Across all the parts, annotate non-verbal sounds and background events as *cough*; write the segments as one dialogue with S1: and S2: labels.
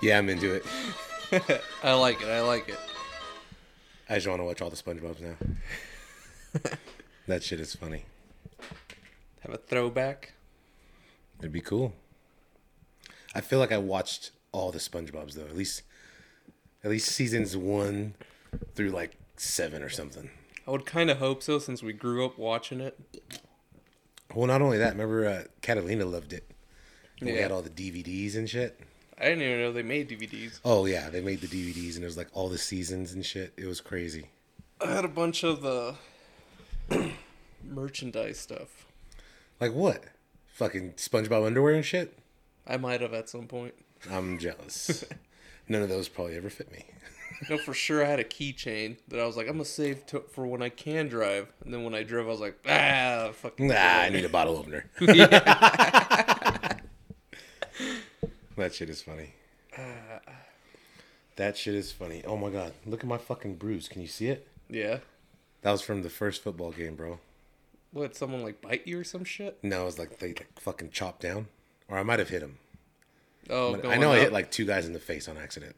S1: Yeah, I'm into it.
S2: I like it. I like it.
S1: I just want to watch all the SpongeBob's now. that shit is funny.
S2: Have a throwback.
S1: It'd be cool. I feel like I watched all the SpongeBob's though. At least, at least seasons one through like seven or something.
S2: I would kind of hope so since we grew up watching it.
S1: Well, not only that, remember uh, Catalina loved it. And We
S2: Yeah.
S1: had all the DVDs and shit.
S2: I didn't even know they made DVDs.
S1: Oh yeah, they made the DVDs and it was like all the seasons and shit. It was crazy.
S2: I had a bunch of the *clears throat* merchandise stuff.
S1: Like what? Fucking SpongeBob underwear and shit.
S2: I might have at some point.
S1: I'm jealous. None of those probably ever fit me.
S2: No, for sure I had a keychain that I was like, I'm gonna save to- for when I can drive. And then when I drove, I was like, ah, fucking. *laughs*
S1: Nah, I need a bottle opener. *laughs* that shit is funny. That shit is funny. Oh my god, look at my fucking bruise. Can you see it?
S2: Yeah.
S1: That was from the first football game, bro.
S2: What? Someone like bite you or some shit?
S1: No, it was like they like, fucking chopped down, or I might have hit him.
S2: Oh,
S1: I know I
S2: going
S1: hit
S2: up.
S1: like two guys in the face on accident.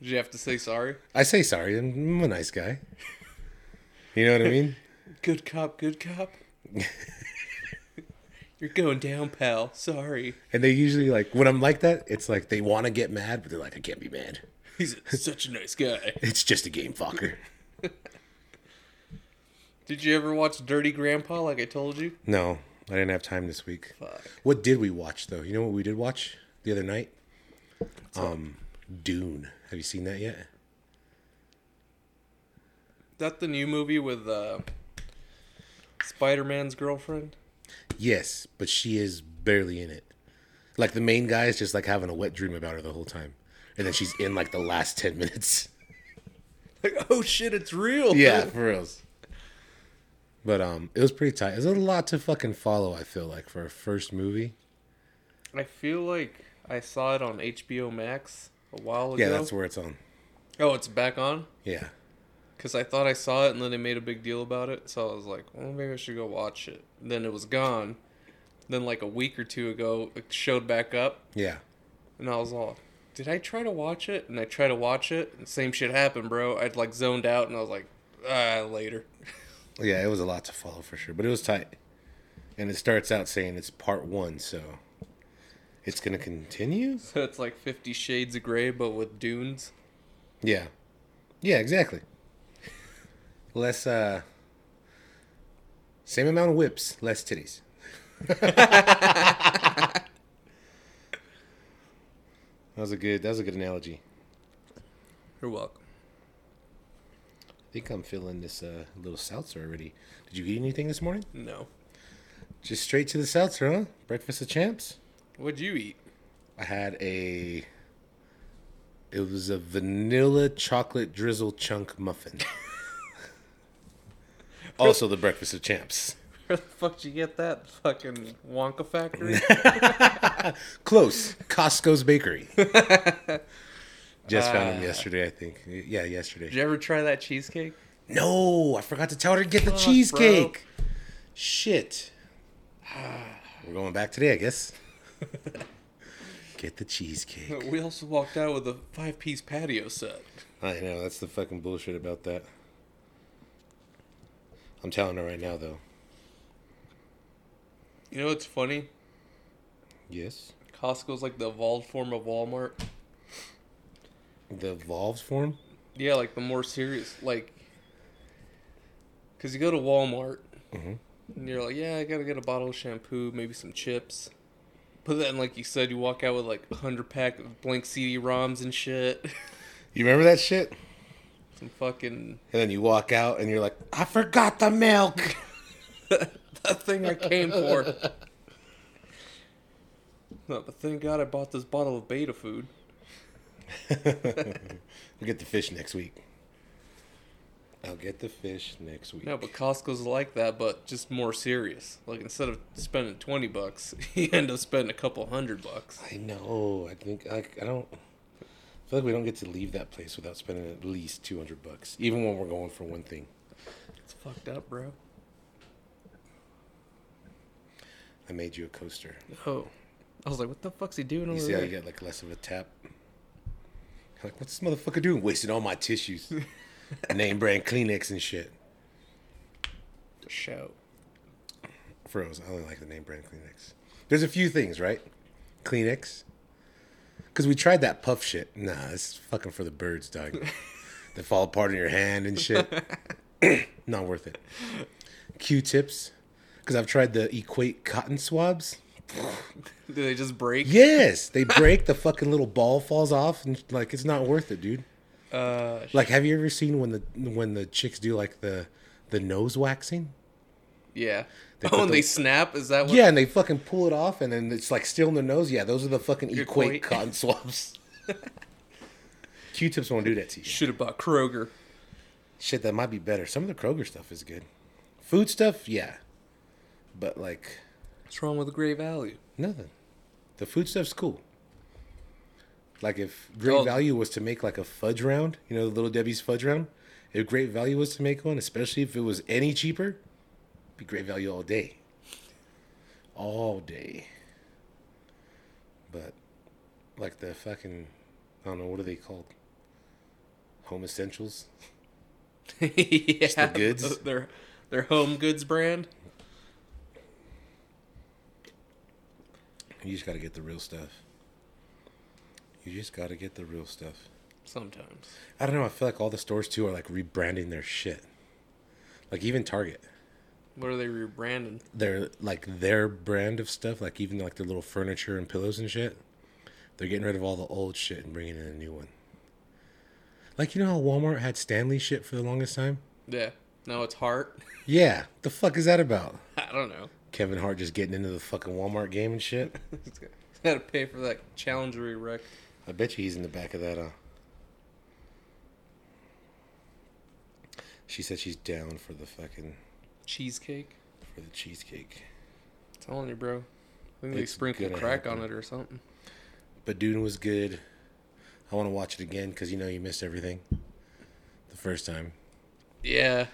S2: Did you have to say sorry?
S1: I say sorry. I'm I'm a nice guy. You know what I mean?
S2: Good cop,
S1: *laughs*
S2: good cop. You're going down, pal. Sorry.
S1: And they usually like when I'm like that, it's like they want to get mad, but they're like, I can't be mad.
S2: He's *laughs* such a nice guy.
S1: It's just a game, fucker.
S2: Did you ever watch Dirty Grandpa like I told you?
S1: No, I didn't have time this week.
S2: Fuck.
S1: What did we watch though? You know what we did watch the other night? um, Dune. Have you seen that yet?
S2: That the new movie with uh, Spider Man's girlfriend?
S1: Yes, but she is barely in it. Like the main guy is just like having a wet dream about her the whole time, and then she's in like the last ten minutes. *laughs*
S2: Like, *laughs* oh shit, it's real.
S1: yeah, for reals. But um, it was pretty tight. It was a lot to fucking follow. I feel like for a first movie.
S2: *laughs* I feel like I saw it on HBO Max a while ago.
S1: Yeah, that's where it's on.
S2: Oh, it's back on?
S1: Yeah,
S2: Because I thought I saw it and then they made a big deal about it. So I was like, well, maybe I should go watch it. Then it was gone. Then, like a week or two ago, it showed back up.
S1: yeah.
S2: And I was all, did I try to watch it? And I tried to watch it. And same shit happened, bro. I'd like zoned out and I was like, ah, later. *laughs*
S1: Yeah, it was a lot to follow for sure, but it was tight. And it starts out saying it's part one, so it's gonna continue.
S2: So it's like Fifty Shades of Grey, but with dunes.
S1: Yeah, yeah, exactly. *laughs* Less, uh, same amount of whips, less titties. *laughs* that was a good. That was a good analogy.
S2: You're welcome.
S1: I think I'm feeling this uh, little seltzer already. Did you eat anything this morning?
S2: No.
S1: Just straight to the seltzer, huh? Breakfast of champs.
S2: What'd you eat?
S1: I had a. It was a vanilla chocolate drizzle chunk muffin. *laughs* also, the breakfast of champs.
S2: *laughs* Where the fuck did you get that? Fucking Wonka Factory?
S1: Close. Costco's *laughs* Bakery. Just found him yesterday, I think. Yeah,
S2: *laughs* did
S1: yesterday.
S2: you ever try that cheesecake?
S1: No, I forgot to tell her to get the
S2: Fuck,
S1: cheesecake. Shit. We're going back today, I guess. *laughs* get the cheesecake.
S2: *laughs* We also walked out with a five piece patio set.
S1: I know that's the fucking bullshit about that. I'm telling her right now, though.
S2: You know what's funny?
S1: Yes,
S2: Costco's like the evolved form of Walmart.
S1: the evolved form.
S2: Yeah, like the more serious, like, because you go to Walmart and you're like, yeah, I gotta get a bottle of shampoo, maybe some chips. But then, like you said, you walk out with like a hundred pack of blank CD ROMs and shit. *laughs*
S1: You remember that shit?
S2: some fucking
S1: And
S2: *laughs*
S1: then you walk out and you're like, I forgot the milk. *laughs*
S2: that thing I came for. no, but thank God I bought this bottle of beta food.
S1: I'll get the fish next week. I'll get the fish next week.
S2: No, but Costco's like that, but just more serious. Like instead of spending twenty bucks, *laughs* you end up spending a couple hundred bucks.
S1: I know. I think I, I don't. I feel like we don't get to leave that place without spending at least two hundred bucks, even when we're going for one thing.
S2: It's fucked up, bro.
S1: I made you a coaster.
S2: Oh, I was like, what the fuck's he doing
S1: You
S2: over
S1: see how
S2: there?
S1: you get like less of a tap? Like, what's this motherfucker doing? Wasting all my tissues, *laughs* name brand Kleenex and shit.
S2: The show.
S1: Froze. I only like the name brand Kleenex. There's a few things, right? Kleenex. Because we tried that puff shit. Nah, it's fucking for the birds, dog. that fall apart in your hand and shit. Not worth it. Q-tips. Because I've tried the Equate cotton swabs.
S2: Do they just break?
S1: Yes, they break. the fucking little ball falls off, and like it's not worth it, dude.
S2: Uh, sh-
S1: Like, have you ever seen when the when the chicks do like the the nose waxing?
S2: yeah.
S1: They
S2: oh,
S1: put
S2: and
S1: the-
S2: they snap. Is that what?
S1: Yeah, and they fucking pull it off, and then it's like still in their nose. Yeah, those are the fucking equate,
S2: Equate.
S1: cotton swabs. Q-tips won't do that to you.
S2: Should have bought Kroger.
S1: Shit, that might be better. Some of the Kroger stuff is good. Food stuff, yeah, but like
S2: What's wrong with Gray Value?
S1: nothing. The food stuff's cool. Like if Great
S2: Oh.
S1: Value was to make like a fudge round, you know, the Little Debbie's fudge round. If Great Value was to make one, especially if it was any cheaper, be Great Value all day. All day. But like the fucking, I don't know what are they called? Home essentials.
S2: *laughs* yeah.
S1: the goods?
S2: *laughs* Their their home goods brand.
S1: You just gotta get the real stuff. You just gotta get the real stuff.
S2: Sometimes.
S1: I don't know. I feel like all the stores too are like rebranding their shit. Like even Target,
S2: What are they rebranding?
S1: their like their brand of stuff, like even like their little furniture and pillows and shit. They're getting rid of all the old shit and bringing in a new one. Like you know how Walmart had Stanley shit for the longest time?
S2: Yeah. No, it's Hart. *laughs*
S1: Yeah. The fuck is that about?
S2: I don't know. *laughs*
S1: Kevin Hart just getting into the fucking Walmart game and shit.
S2: He's got- he's got to pay for that Challenger wreck.
S1: I bet you he's in the back of that. Uh... She said she's down for the fucking
S2: Cheesecake.
S1: for the cheesecake.
S2: telling you, bro. I think they
S1: It's
S2: sprinkled
S1: gonna
S2: crack on
S1: happen.
S2: it or something.
S1: But Dune was good. I want to watch it again because you know you missed everything the first time. *clears throat*
S2: Yeah.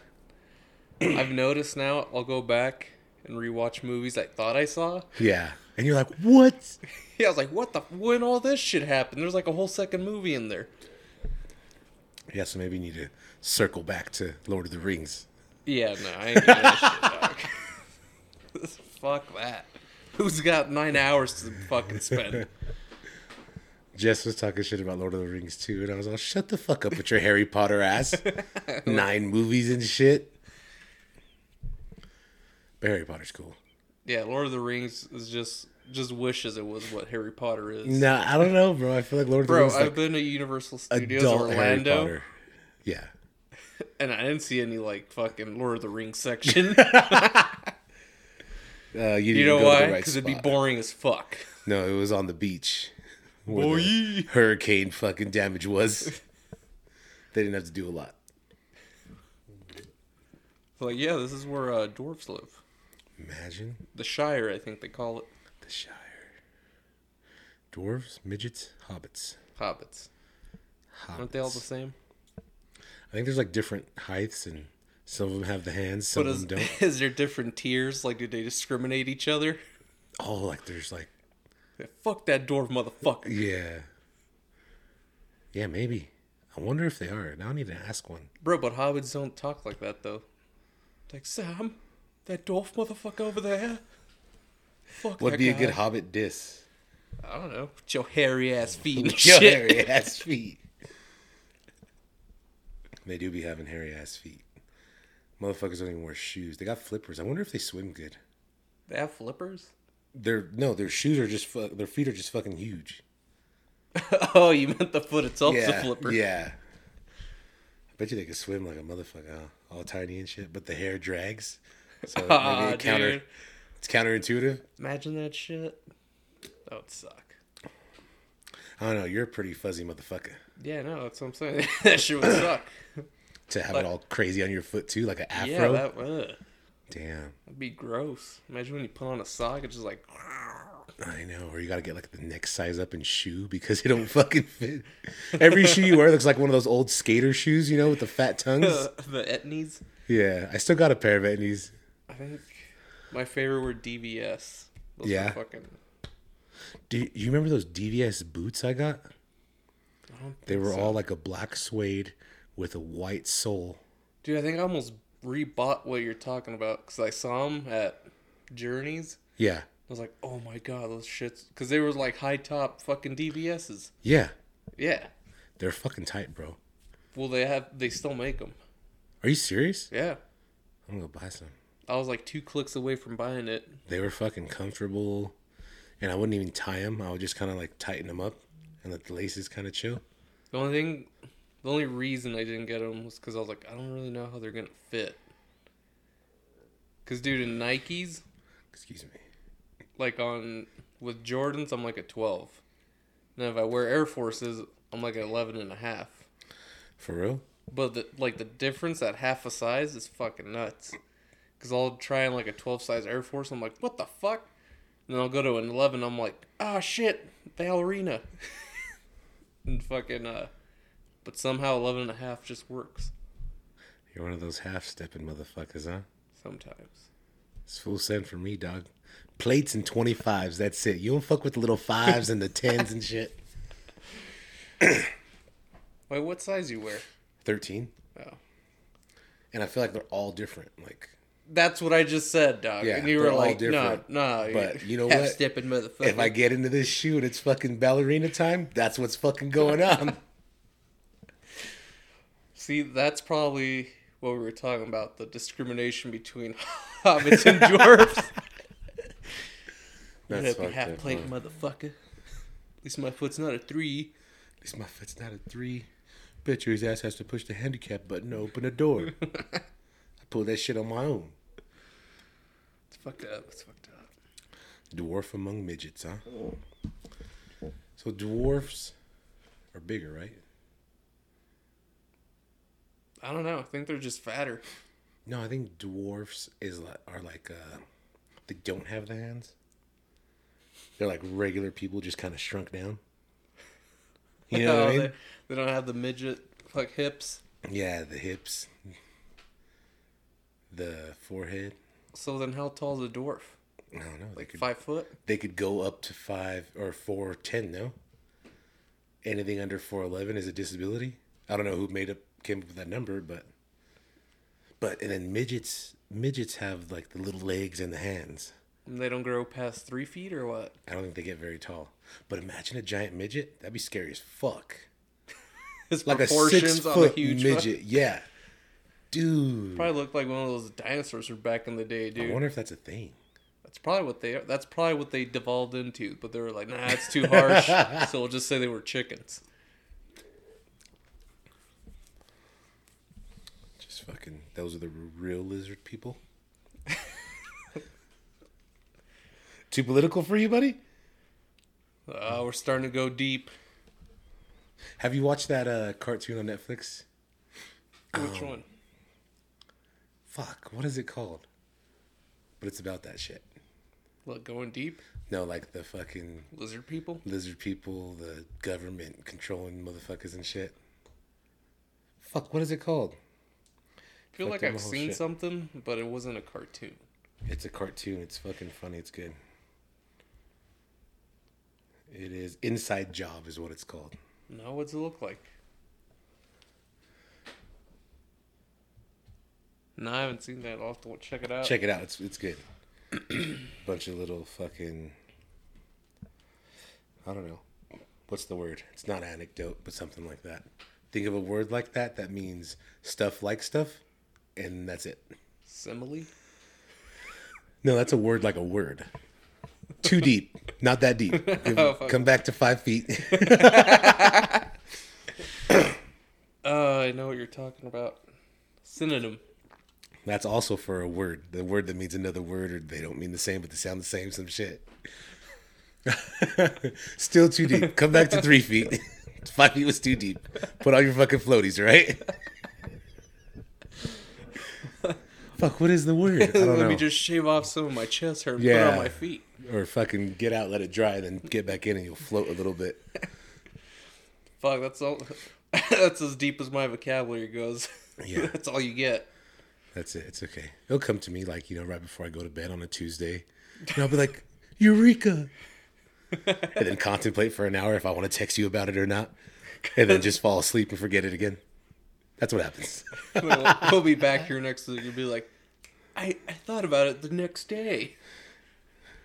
S2: I've noticed now I'll go back and rewatch movies I thought I saw. *laughs*
S1: Yeah, and you're like, what?
S2: Yeah, I was like, what the? When all this shit happened? There's like a whole second movie in there.
S1: Yeah, so maybe you need to circle back to Lord of the Rings.
S2: Yeah, no, *laughs* I ain't doing that *laughs* shit, dog. Fuck that. Who's got nine hours to
S1: *laughs*
S2: fucking spend?
S1: Jess was talking shit about Lord of the Rings too, and I was all, shut the fuck up with your Harry Potter
S2: *laughs*
S1: ass. Nine movies and shit. But Harry Potter's cool.
S2: Yeah, Lord of the Rings is just just wishes it was what Harry Potter is.
S1: No, I don't know, bro. I feel like Lord of the
S2: Bro,
S1: Rings is
S2: I've
S1: like
S2: been to Universal Studios
S1: adult Harry
S2: Orlando,
S1: Potter. Yeah.
S2: and I didn't see any like fucking Lord of
S1: *laughs*
S2: the Rings section.
S1: Uh, you,
S2: You
S1: didn't
S2: know
S1: go to the
S2: why?
S1: right
S2: Because it'd be
S1: spot.
S2: boring as fuck.
S1: No, it was on the beach. where the hurricane fucking damage was. they didn't have to do a lot.
S2: It's like, yeah, this is where uh, dwarfs live.
S1: Imagine
S2: The Shire, I think they call it.
S1: the Shire. Dwarves, midgets, hobbits.
S2: Hobbits.
S1: hobbits.
S2: Aren't they all the same?
S1: I think there's like different heights, and some of them have the hands, some
S2: But
S1: of
S2: is,
S1: them don't.
S2: *laughs* is there different tiers? Like, do they discriminate each other? *laughs*
S1: Oh, like there's like
S2: Yeah, Fuck that dwarf
S1: *laughs*
S2: motherfucker.
S1: yeah, yeah, maybe. I wonder if they are. Now I need to ask one.
S2: Bro, but hobbits don't talk like that, though. Like, Sam, that dwarf motherfucker over there. Fuck
S1: What'd
S2: that
S1: be a
S2: guy.
S1: good hobbit diss?
S2: I don't know. With your hairy
S1: *laughs*
S2: ass feet and
S1: Your
S2: shit.
S1: hairy ass feet. They do be having hairy ass feet. Motherfuckers don't even wear shoes. They got flippers. I wonder if they swim good.
S2: They have flippers? *laughs*
S1: Their no, their shoes are just fu- their feet are just fucking huge.
S2: oh, you meant the foot itself is a
S1: Yeah,
S2: flipper. *laughs*
S1: yeah. I bet you they could swim like a motherfucker, huh? all tiny and shit. But the hair drags,
S2: *laughs*
S1: so
S2: Aw,
S1: maybe it counter.
S2: Ah, dude.
S1: It's counterintuitive.
S2: Imagine that shit. That would suck.
S1: I don't know. You're a pretty fuzzy motherfucker
S2: Yeah, no, that's what I'm saying. *laughs* that shit would suck.
S1: to have it all crazy on your foot too, like an afro.
S2: yeah, that ugh,
S1: Damn,
S2: that'd be gross. Imagine when you put on a sock, it's just like.
S1: I know, or you gotta get like the next size up in shoe because it don't fucking fit. Every shoe you wear looks like one of those old skater shoes, you know, with the fat
S2: *laughs*
S1: tongues.
S2: the etnies.
S1: Yeah, I still got a pair of etnies.
S2: I think my favorite were DVS. Those were
S1: Yeah.
S2: Fucking.
S1: Do you, you remember those DVS boots I got?
S2: I don't
S1: They
S2: think
S1: were
S2: so.
S1: all like a black suede with a white sole.
S2: Dude, I think I almost rebought what you're talking about because I saw them at Journeys.
S1: Yeah.
S2: I was like, oh my god, those shits. Because they were like high top fucking DBSs.
S1: Yeah.
S2: Yeah.
S1: They're fucking tight, bro.
S2: Well, they have, they still make them.
S1: Are you serious?
S2: Yeah.
S1: I'm gonna go buy some.
S2: I was like two clicks away from buying it.
S1: They were fucking comfortable, and I wouldn't even tie them. I would just kind of like tighten them up and let the laces kind of chill.
S2: The only thing, the only reason I didn't get them was because I was like, I don't really know how they're gonna fit. Cause dude, in Nikes,
S1: Excuse me.
S2: like on with Jordans, I'm like a 12. Then if I wear Air Forces, I'm like an 11 and a half.
S1: For real?
S2: But the, like the difference at half a size is fucking nuts. Cause I'll try and like a 12 size Air Force, I'm like, what the fuck? And then I'll go to an 11, I'm like, ah shit, ballerina. *laughs* and fucking uh, but somehow 11 and a half just works
S1: You're one of those half stepping motherfuckers, huh?
S2: sometimes.
S1: It's full send for me, dog. Plates and 25s, that's it. You don't fuck with the little fives and the tens and
S2: *laughs*
S1: shit.
S2: Wait, what size you wear?
S1: 13.
S2: Oh.
S1: And I feel like they're all different. Like,
S2: That's what I just said, dog.
S1: Yeah,
S2: and you
S1: they're
S2: were
S1: all
S2: like, no,
S1: different.
S2: no.
S1: But you
S2: *laughs*
S1: know what?
S2: Stepping motherfucker.
S1: if I get into this shoe and it's fucking ballerina time, that's what's fucking going
S2: *laughs*
S1: on.
S2: See, that's probably what we were talking about the discrimination between *laughs* hobbits and dwarfs.
S1: that's
S2: That's a
S1: fucked
S2: half
S1: up,
S2: plate
S1: man.
S2: motherfucker. At least my foot's not a three.
S1: At least my foot's not a three. Picture his ass has to push the handicap button to open the
S2: *laughs*
S1: door. I pulled that shit on my own.
S2: It's fucked up. It's fucked up.
S1: Dwarf among midgets, huh? So dwarfs are bigger, right?
S2: I don't know. I think they're just fatter.
S1: No, I think dwarfs is like, are like uh, they don't have the hands. They're like regular people, just kind of shrunk down. You
S2: *laughs*
S1: know what I mean?
S2: Oh, they, they don't have the midget like hips.
S1: Yeah, the hips, the forehead.
S2: So then, how tall is a dwarf?
S1: I don't know. They
S2: Like
S1: could
S2: five foot?
S1: they could go up to five or four or ten. No. Anything under four eleven is a disability. I don't know who made up came up with that number, but but and then midgets midgets have like the little legs and the hands.
S2: And they don't grow past three feet or what? *laughs*
S1: I don't think they get very tall. But imagine a giant midget. That'd be scary as fuck.
S2: His
S1: Like a six
S2: proportions on a
S1: foot
S2: huge fuck- *laughs*
S1: midget. Yeah, dude.
S2: Probably looked like one of those dinosaurs from back in the day,
S1: I
S2: dude.
S1: wonder if that's a thing.
S2: That's probably what they. That's probably what they devolved into. But they were like, nah, it's
S1: *laughs*
S2: too harsh. so we'll just say they were chickens.
S1: Just fucking. Those are the real lizard people. Too political for you, buddy.
S2: Uh, we're starting to go deep.
S1: Have you watched that uh, cartoon on Netflix?
S2: Which one?
S1: Fuck, what is it called? But it's about that shit.
S2: Look, going deep.
S1: No, like the fucking
S2: Lizard people.
S1: lizard people, the government controlling motherfuckers and shit. Fuck, what is it called?
S2: I feel
S1: Fucked
S2: like
S1: up my
S2: I've
S1: whole
S2: seen
S1: shit.
S2: something, but it wasn't a cartoon.
S1: It's a cartoon. It's fucking funny. It's good. It is Inside Job is what it's called.
S2: No, what's it look like? No, I haven't seen that. I'll have to check it out.
S1: Check it out. It's it's good. *clears throat* Bunch of little fucking. I don't know. What's the word? It's not anecdote, but something like that. Think of a word like that that means stuff like stuff, and that's it.
S2: Simile.
S1: No, that's a word like a word. Too deep. Not that
S2: *laughs*
S1: deep.
S2: Oh, fuck.
S1: Come back to five feet. *laughs*
S2: Uh, I know what you're talking about. Synonym.
S1: That's also for a word. The word that means another word, or they don't mean the same, but they sound the same, some shit. *laughs* Still too deep. Come back to three feet. *laughs* Five feet was too deep. Put on your fucking floaties, right? Fuck, what is the word? I don't
S2: *laughs* Let
S1: know.
S2: me just shave off some of my chest hair and put
S1: Yeah.
S2: it on my feet.
S1: Or fucking get out, let it dry, then get back in and you'll float a little bit.
S2: Fuck, that's all. *laughs* that's as deep as my vocabulary goes.
S1: Yeah.
S2: *laughs* that's all you get.
S1: That's it. It's okay. It'll come to me like, you know, right before I go to bed on a Tuesday. And I'll be like, *laughs* Eureka. and then contemplate for an hour if I want to text you about it or not. and then just fall asleep and forget it again. That's what happens.
S2: Well, He'll be back here next week. You'll be like, I, I thought about it the next day.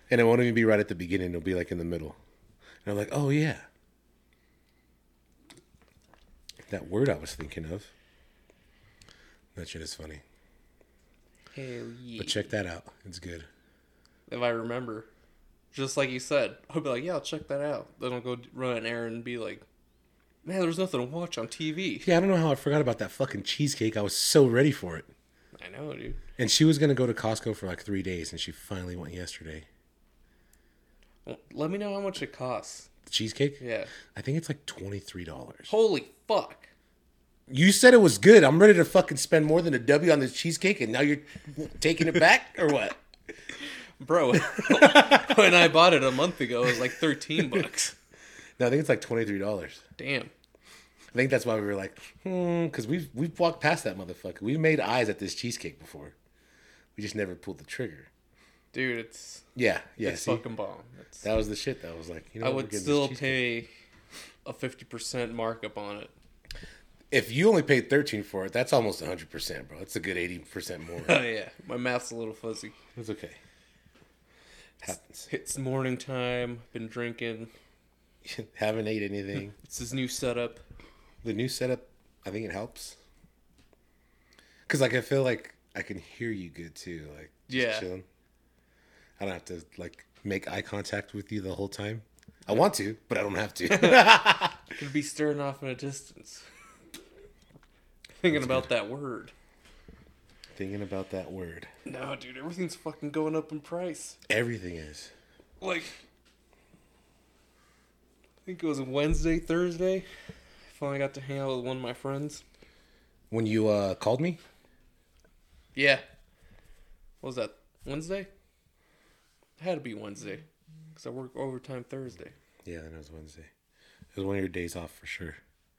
S1: And it won't even be right at the beginning. It'll be like in the middle. And I'm like, oh, yeah. That word I was thinking of. That shit is funny.
S2: Hell yeah.
S1: But check that out. It's good.
S2: if I remember. Just like you said, I'll be like, yeah, I'll check that out. Then I'll go d- run an errand and be like, man, there's nothing to watch on
S1: *laughs*
S2: TV.
S1: Yeah, I don't know how I forgot about that fucking cheesecake. I was so ready for it.
S2: I know, dude.
S1: And she was going to go to Costco for like three days, and she finally went yesterday.
S2: Well, Let me know how much it costs.
S1: The cheesecake?
S2: Yeah.
S1: I think it's like $23.
S2: Holy fuck.
S1: You said it was good. I'm ready to fucking spend more than a W on this cheesecake, and now you're taking it back or what?
S2: Bro, *laughs* when I bought it a month ago, it was like
S1: *laughs*
S2: 13 bucks.
S1: No, I think it's like $23.
S2: Damn.
S1: I think that's why we were like, hmm, because we've we've walked past that motherfucker. We've made eyes at this cheesecake before. We just never pulled the trigger.
S2: Dude, it's,
S1: Yeah, yeah.
S2: it's
S1: see?
S2: fucking bomb. It's,
S1: That was the shit that was like, you know,
S2: I
S1: what, we're
S2: would
S1: getting this
S2: still
S1: cheesecake.
S2: pay a 50% markup on it. *laughs*
S1: If you only paid thirteen for it, that's almost hundred percent, bro. That's a good eighty percent more.
S2: Oh, yeah. My math's a little fuzzy.
S1: it's okay. Happens. *laughs*
S2: It's morning time. Been drinking.
S1: Haven't ate
S2: *laughs*
S1: anything.
S2: It's his new setup.
S1: the new setup, I think it helps. Cause like I feel like I can hear you good too. Like just
S2: Yeah.
S1: chilling. I don't have to like make eye contact with you the whole time. I want to, but I don't have
S2: *laughs*
S1: to. *laughs*
S2: Could be staring off in a distance. *laughs* Thinking about that word.
S1: Thinking about that word.
S2: No, dude, everything's fucking going up in price.
S1: Everything is.
S2: Like, I think it was Wednesday, Thursday. I finally got to hang out with one of my friends.
S1: When you uh called me?
S2: Yeah. What was that? Wednesday? It had to be Wednesday. Because I work overtime Thursday.
S1: Yeah, then it was Wednesday. It was one of your days off for sure.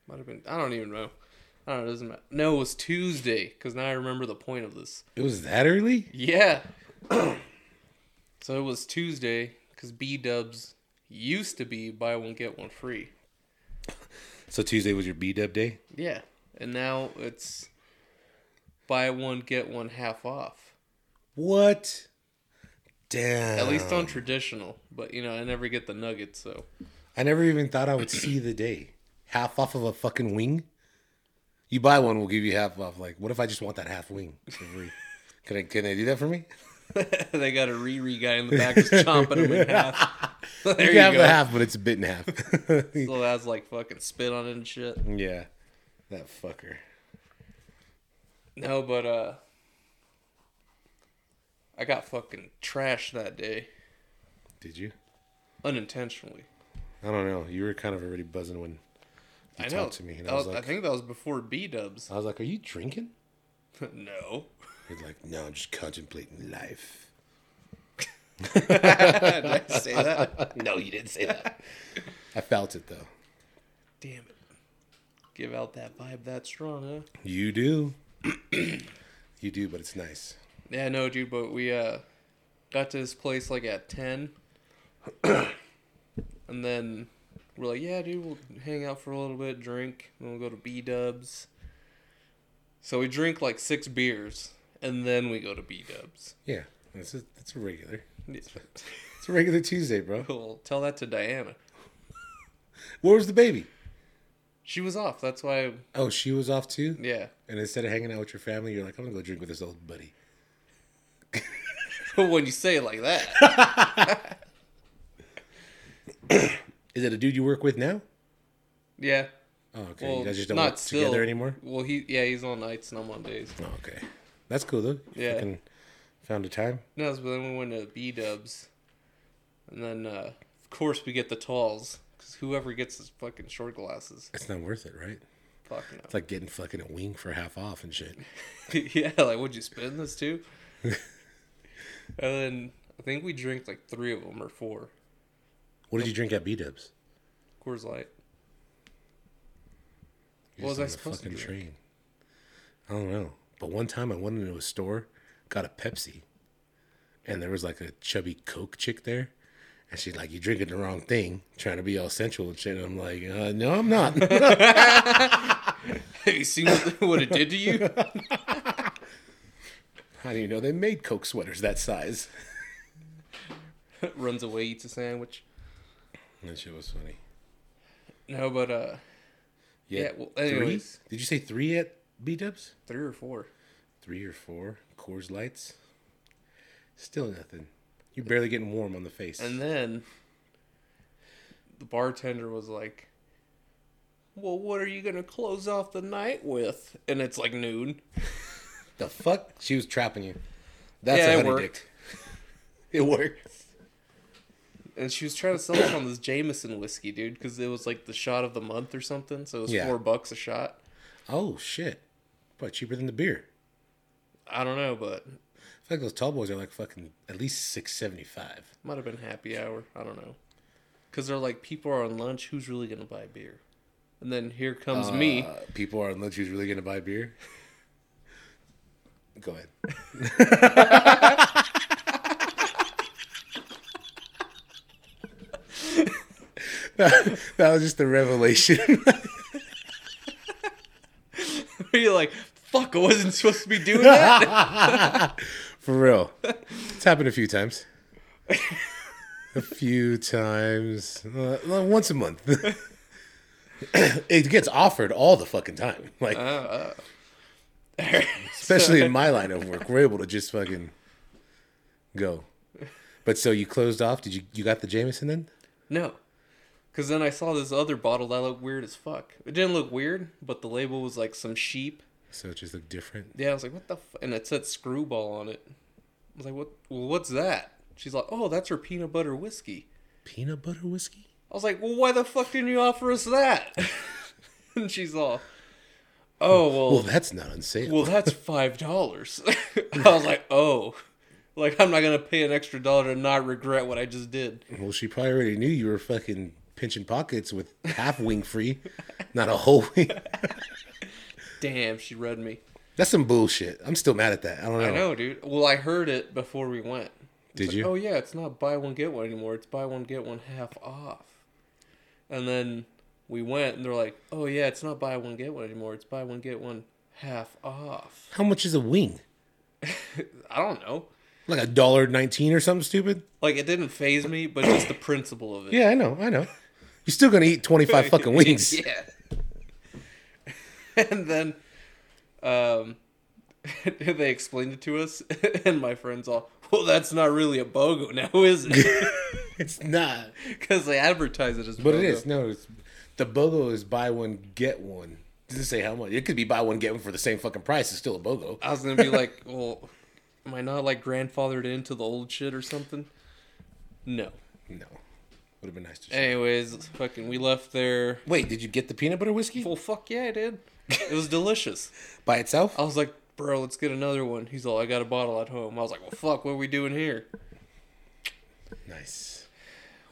S2: Might have been. I don't even know. I don't know. It doesn't matter. No, it was Tuesday. Because now I remember the point of this.
S1: It was that early?
S2: Yeah. so it was Tuesday because B Dubs used to be buy one get one free.
S1: So Tuesday was your B dub day?
S2: Yeah, and now it's buy one get one half off.
S1: What? Damn.
S2: At least on traditional, but you know I never get the nuggets,
S1: *laughs*
S2: so
S1: I never even thought I would see the day. Half off of a fucking wing. You buy one, we'll give you half off. Like, what if I just want that half wing? for free? can I can they do that for me?
S2: they got a Riri guy in the back just chomping
S1: *laughs*
S2: him in half. there you,
S1: you can have
S2: go.
S1: the half, but it's a bit in half. *laughs*
S2: So that's like fucking spit on it and shit.
S1: yeah, that fucker.
S2: No, but uh, I got fucking trashed that day
S1: Did you?
S2: unintentionally.
S1: I don't know. You were kind of already buzzing when you
S2: I know.
S1: talked to me, and
S2: That
S1: I was,
S2: was- I
S1: like,
S2: think that was before B Dubs.
S1: I was like, "Are you drinking?"
S2: *laughs*
S1: *laughs*
S2: no,
S1: He's like, "No, I'm just contemplating life."
S2: did I say *laughs* that?
S1: No, you didn't say *laughs* that. I felt it though.
S2: Damn it! Give out that vibe that strong, huh?
S1: You do. *clears throat* you do, but it's nice.
S2: Yeah, no, dude. But we uh got to this place like at ten, *coughs* and then we're like, yeah, dude, we'll hang out for a little bit, drink, then we'll go to B Dubs. So we drink like six beers, and then we go to B Dubs.
S1: Yeah, it's a it's a regular. It's a regular Tuesday, bro.
S2: *laughs* Cool. Tell that to Diana.
S1: Where was the baby?
S2: She was off. That's why.
S1: Oh, she was off too.
S2: Yeah.
S1: And instead of hanging out with your family, you're like, I'm gonna go drink with this old buddy.
S2: when you say it
S1: *laughs*
S2: like that.
S1: Is it a dude you work with now?
S2: Yeah.
S1: Oh, okay.
S2: Well,
S1: you guys just don't
S2: not
S1: work
S2: still.
S1: together anymore.
S2: Well, he yeah, he's on nights and I'm on days.
S1: Oh, okay. That's cool though. You
S2: Yeah.
S1: fucking found a time.
S2: No, so then we went to B Dubs, and then uh, of course we get the talls because whoever gets his fucking short glasses,
S1: It's not worth it, right?
S2: fuck
S1: It's like getting fucking a wing for half off and shit.
S2: no. *laughs* yeah, like would you spend
S1: *laughs*
S2: this too? and then I think we drank like three of them or four
S1: What did you drink at B Dubs?
S2: Coors Light. What was I supposed to drink?
S1: train. I don't know. But one time I went into a store, got a Pepsi, and there was like a chubby Coke chick there, And she's like, "You drinking the wrong thing, trying to be all sensual and shit." And I'm like, uh, "No, I'm not."
S2: Have *laughs* you seen what, what it did to you?
S1: *laughs* How do you know they made Coke sweaters that size?
S2: Runs away, eats a sandwich.
S1: That shit was funny.
S2: No, but uh,
S1: You had
S2: Yeah, well,
S1: three?
S2: anyways.
S1: Did you say three at B Dubs?
S2: three or four.
S1: Three or four Coors Lights. Still nothing. You're barely getting warm on the face.
S2: And then the bartender was like, "Well, what are you gonna close off the night with?" And it's like noon.
S1: the fuck? She was trapping you. That's
S2: Yeah,
S1: a
S2: it
S1: honey
S2: worked. *laughs*
S1: dick. It worked.
S2: And she was trying to sell us on this Jameson whiskey, dude, because it was like the shot of the month or something. So it was
S1: Yeah.
S2: four bucks a shot.
S1: Oh shit! Probably cheaper than the beer.
S2: I don't know, but
S1: I feel like those tall boys are like fucking at least six seventy five.
S2: might have been happy hour. I don't know. Because they're like, people are on lunch. Who's really gonna buy beer? And then here comes me.
S1: Uh, people are unless she's really gonna buy beer. *laughs* Go ahead. *laughs* that, that was just the revelation.
S2: *laughs* You're like, fuck! I wasn't supposed to be doing that.
S1: *laughs* For real. It's happened a few times. A few times. Uh, well, once a month. *laughs* it gets offered all the fucking time. *laughs* Like, especially in my line of work, we're able to just fucking go. But so you closed off. Did you you got the Jameson then?
S2: No. Because then I saw this other bottle that looked weird as fuck. It didn't look weird, but the label was like some sheep.
S1: So it just looked different.
S2: Yeah, I was like, what the f-? And it said screwball on it. I was like, what? Well, what's that? She's like, oh, that's her peanut butter whiskey.
S1: Peanut butter whiskey.
S2: I was like, well, why the fuck didn't you offer us that? *laughs* and she's all, oh, well,
S1: Well, that's not on sale.
S2: well that's five dollars *laughs* i was like oh like i'm not gonna pay an extra dollar to not regret what i just did
S1: Well, she probably already knew you were fucking pinching pockets with half wing free, not a whole wing.
S2: damn she read me
S1: That's some bullshit. I'm still mad at that. I don't know.
S2: i know dude well i heard it before we went It's
S1: Did
S2: like,
S1: you?
S2: oh yeah it's not buy one get one anymore it's buy one get one half off and then we went and they're like oh yeah it's not buy one get one anymore it's buy one get one half off
S1: How much is a wing?
S2: i don't know
S1: Like a dollar nineteen or something stupid?
S2: like it didn't phase me but just the principle of it
S1: Yeah, I know, I know. You're still gonna eat twenty
S2: *laughs*
S1: five fucking wings.
S2: yeah. and then um, *laughs* they explained it to us, *laughs* and my friends all, well, that's not really a BOGO now, is it? *laughs*
S1: It's not.
S2: Because they advertise it as
S1: But
S2: BOGO.
S1: it is. No, it's the BOGO is buy one, get one. Doesn't say how much. It could be buy one, get one for the same fucking price. It's still a BOGO.
S2: I was going to be like, *laughs* well, am I not like grandfathered into the old shit or something? No.
S1: No. Would have been nice to
S2: eh, Anyways, fucking, we left there.
S1: Wait, did you get the peanut butter whiskey?
S2: Well, fuck yeah, I did. It was delicious.
S1: By itself?
S2: I was like, bro, let's get another one. He's all, I got a bottle at home. I was like, well, fuck, what are we doing here?
S1: Nice.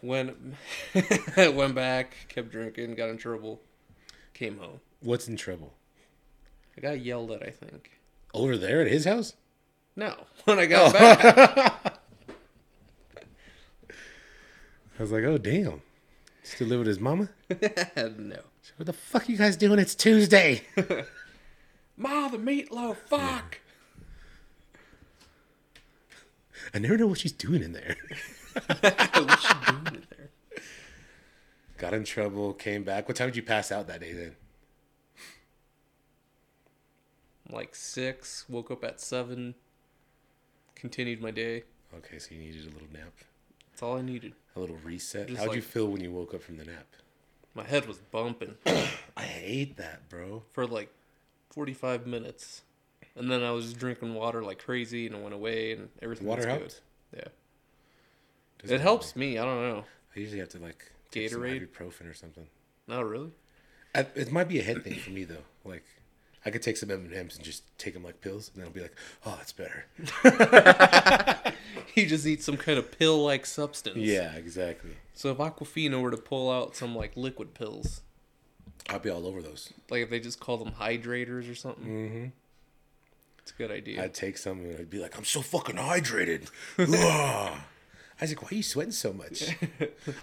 S2: When *laughs* went back, kept drinking, got in trouble, came home.
S1: What's in trouble?
S2: I got yelled at, I think.
S1: Over there at his house?
S2: No, *laughs* when I got back, *laughs*
S1: I was like, oh, damn. Still live with his mama?
S2: no.
S1: What the fuck you guys doing? It's Tuesday.
S2: Ma, the meatloaf, fuck.
S1: *laughs* I never know what she's doing in there.
S2: *laughs* What's she doing in there?
S1: Got in trouble, came back. What time did you pass out that day then?
S2: Like six, woke up at seven, continued my day.
S1: Okay, so you needed a little nap,
S2: That's all I needed.
S1: a little reset.
S2: Just
S1: How'd you
S2: like-
S1: feel when you woke up from the nap?
S2: My head was bumping *coughs*
S1: I hate that, bro.
S2: for like 45 minutes. And then I was just drinking water like crazy and it went away and everything
S1: Water
S2: was
S1: helps?
S2: good. Yeah.
S1: Does
S2: it helps me. I don't know.
S1: I usually have to like take some
S2: Gatorade?
S1: ibuprofen or something.
S2: Not really. *laughs*
S1: I, it might be a head thing for me though. Like, I could take some M and M's and just take them like pills, and then I'll be like, "Oh, that's better."
S2: You just eat some kind of pill like substance.
S1: Yeah, exactly.
S2: So if Aquafina were to pull out some like liquid pills,
S1: I'll be all over those.
S2: like if they just call them hydrators or something, mm-hmm. it's a good idea.
S1: I'd take some and I'd be like, "I'm so fucking hydrated." Ah. I was like, why are you sweating so much?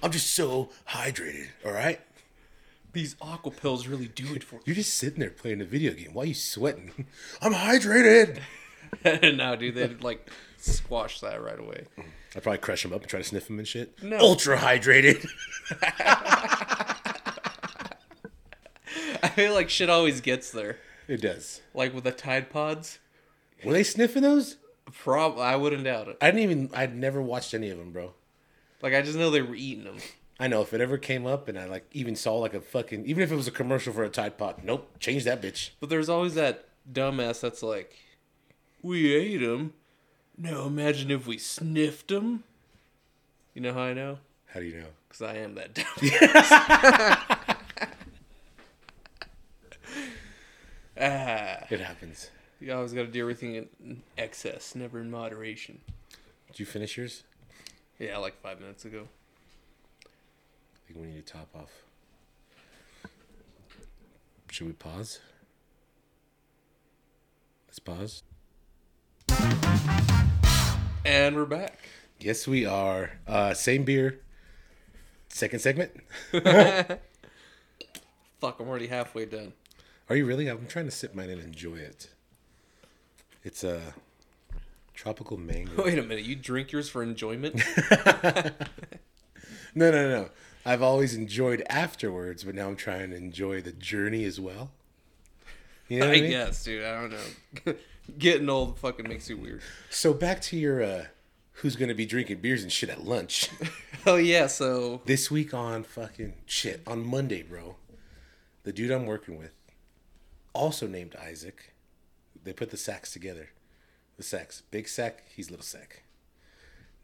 S1: I'm just so hydrated, all right?
S2: These aqua pills really do it for
S1: You're just sitting there playing a video game. Why are you sweating? *laughs* I'm hydrated.
S2: *laughs* you. no, dude, they'd like squash that right away.
S1: I'd probably crush them up and try to sniff them and shit.
S2: No.
S1: Ultra hydrated.
S2: I feel like shit always gets there.
S1: it does.
S2: Like with the Tide Pods,
S1: Were they sniffing those?
S2: prob I wouldn't doubt it.
S1: I didn't even, I'd never watched any of them, bro.
S2: Like I just know they were eating them.
S1: I know if it ever came up and I like even saw like a fucking, even if it was a commercial for a Tide Pod, nope, change that bitch.
S2: But there's always that dumbass that's like, "We ate them." No, imagine if we sniffed them. You know how I know?
S1: How do you know?
S2: Because I am that *laughs* dumb. ah,
S1: It happens.
S2: you always got to do everything in excess, never in moderation.
S1: Did you finish yours?
S2: Yeah, like five minutes ago.
S1: I think we need to top off. Should we pause? Let's pause.
S2: And we're back.
S1: Yes, we are. Uh, same beer. Second segment.
S2: Fuck, I'm already halfway done. *laughs*
S1: Are you really? I'm trying to sip mine and enjoy it. It's a tropical
S2: *laughs*
S1: mango.
S2: Wait a minute, you drink yours for enjoyment?
S1: No, no, no. I've always enjoyed afterwards, but now I'm trying to enjoy the journey as well. You know what
S2: I
S1: I mean?
S2: guess, dude. I don't know. *laughs* Getting old fucking makes you weird.
S1: So back to your uh, who's going to be drinking beers and shit at lunch. *laughs*
S2: Oh yeah, so *laughs*
S1: This week on fucking shit on Monday, bro. The dude I'm working with, also named Isaac, they put the sacks together. The sacks, big sack, he's little sack.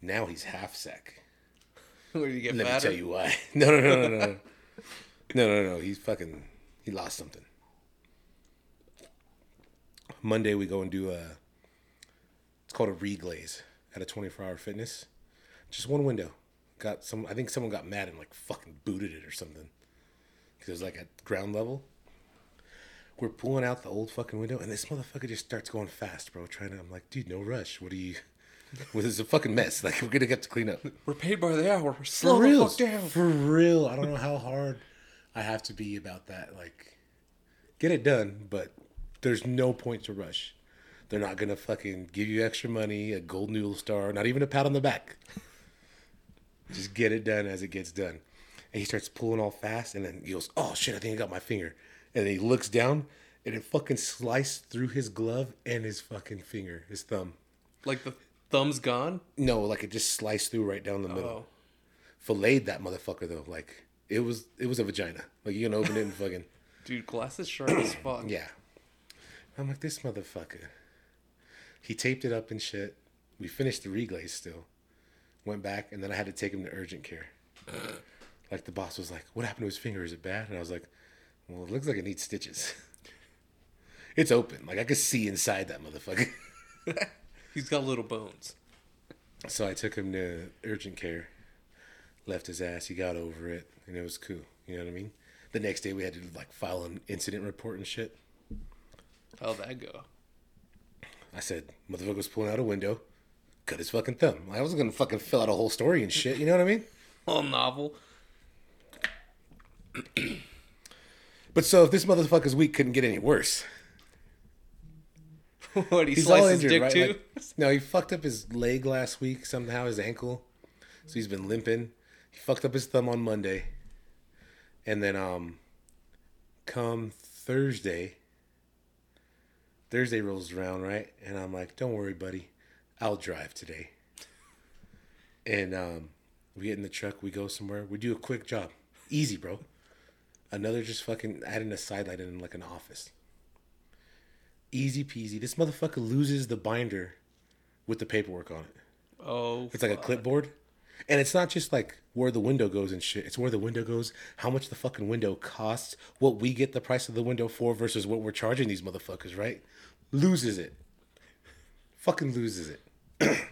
S1: Now he's half sack.
S2: where do you get
S1: Let me
S2: fatter?
S1: tell you why. *laughs* No, no, no, no, no, no, no, no, no. He's fucking. He lost something. Monday we go and do a. It's called a reglaze at a 24-hour fitness. Just one window. Got some. I think someone got mad and like fucking booted it or something. Because it was like at ground level. We're pulling out the old fucking window, and this motherfucker just starts going fast, bro. Trying to, I'm like, dude, no rush. What are you? *laughs* Well, this is a fucking mess. Like, we're gonna have to clean up.
S2: We're paid by the hour. Slow
S1: For real.
S2: the fuck down.
S1: For real. I don't know how hard I have to be about that. Like, get it done, but there's no point to rush. They're not going to fucking give you extra money, a gold noodle star, not even a pat on the back. Just get it done as it gets done. And he starts pulling all fast, and then he goes, Oh shit, I think I got my finger. And then he looks down, and it fucking sliced through his glove and his fucking finger, his thumb.
S2: Like the thumb's gone.
S1: No, like it just sliced through right down the middle
S2: Oh,
S1: filleted that motherfucker though. Like it was it was a vagina. Like you can open it and fucking
S2: dude, glass is
S1: *clears throat*
S2: sharp as fuck.
S1: yeah. I'm like this motherfucker. He taped it up and shit. We finished the reglaze still. Went back and then I had to take him to urgent care. like the boss was like, "What happened to his finger? Is it bad?" And I was like, "Well, it looks like it needs stitches." *laughs* it's open. Like I could see inside that motherfucker.
S2: He's got little bones.
S1: So I took him to urgent care, left his ass. He got over it, and it was cool. You know what I mean? The next day we had to like file an incident report and shit.
S2: How'd that go? *laughs*
S1: I said motherfucker was pulling out a window, cut his fucking thumb. I wasn't gonna fucking fill out a whole story and shit. You know what I mean?
S2: All novel. *laughs*
S1: But so if this motherfucker's week couldn't get any worse,
S2: what he
S1: he's all
S2: slices
S1: injured,
S2: dick
S1: right?
S2: too.
S1: Like, no, he fucked up his leg last week somehow, his ankle. So he's been limping. He fucked up his thumb on Monday. And then um come Thursday. Thursday rolls around, right? And I'm like, Don't worry, buddy. I'll drive today. And um we get in the truck, we go somewhere, we do a quick job. Easy, bro. Another just fucking adding a side light in like an office easy peasy. This motherfucker loses the binder with the paperwork on it.
S2: oh,
S1: It's like a clipboard. And it's not just like where the window goes and shit. It's where the window goes, how much the fucking window costs, what we get the price of the window for versus what we're charging these motherfuckers, right? Loses it. Fucking loses it. *clears throat*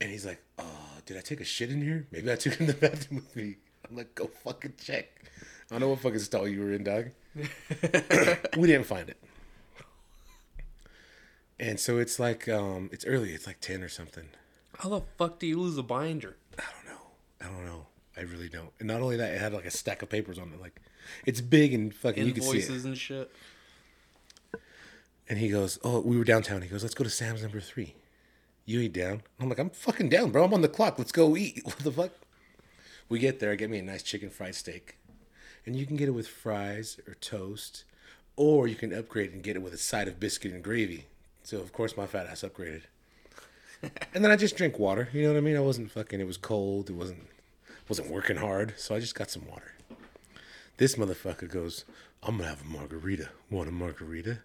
S1: and he's like, uh, did I take a shit in here? Maybe I took it in the *laughs* bathroom with me. I'm like, go fucking check. I don't know what fucking stall you were in, dog. *clears throat* we didn't find it. And so it's like um, it's early. It's like ten or something.
S2: How the fuck do you lose a binder?
S1: I don't know. I don't know. I really don't. And not only that, it had like a stack of papers on it. Like, it's big and fucking you can see it.
S2: Invoices and shit.
S1: And he goes, "Oh, we were downtown." He goes, "Let's go to Sam's number three. You ain't down." I'm like, "I'm fucking down, bro. I'm on the clock. Let's go eat." *laughs* What the fuck? We get there. I get me a nice chicken fried steak, and you can get it with fries or toast, or you can upgrade and get it with a side of biscuit and gravy. So of course, my fat ass upgraded. and then I just drink water. You know what I mean? I wasn't fucking. It was cold. It wasn't wasn't working hard. So I just got some water. This motherfucker goes, "I'm gonna have a margarita. Want a margarita?"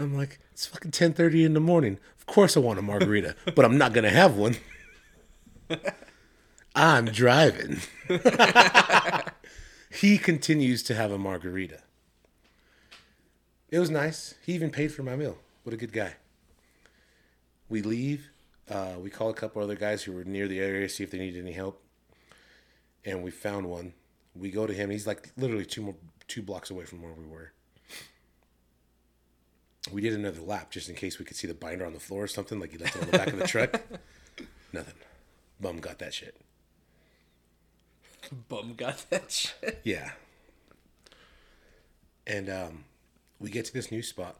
S1: I'm like, it's fucking ten thirty in the morning. Of course I want a margarita, but I'm not gonna have one. I'm driving. *laughs* he continues to have a margarita. It was nice. He even paid for my meal. What a good guy. We leave. Uh, we call a couple other guys who were near the area, see if they needed any help. And we found one. We go to him. He's like literally two more, two blocks away from where we were we did another lap just in case we could see the binder on the floor or something. Like he left it on the back of the truck. Nothing. Bum got that shit.
S2: Bum got *laughs*
S1: *laughs*
S2: that shit.
S1: Yeah. And um, we get to this new spot,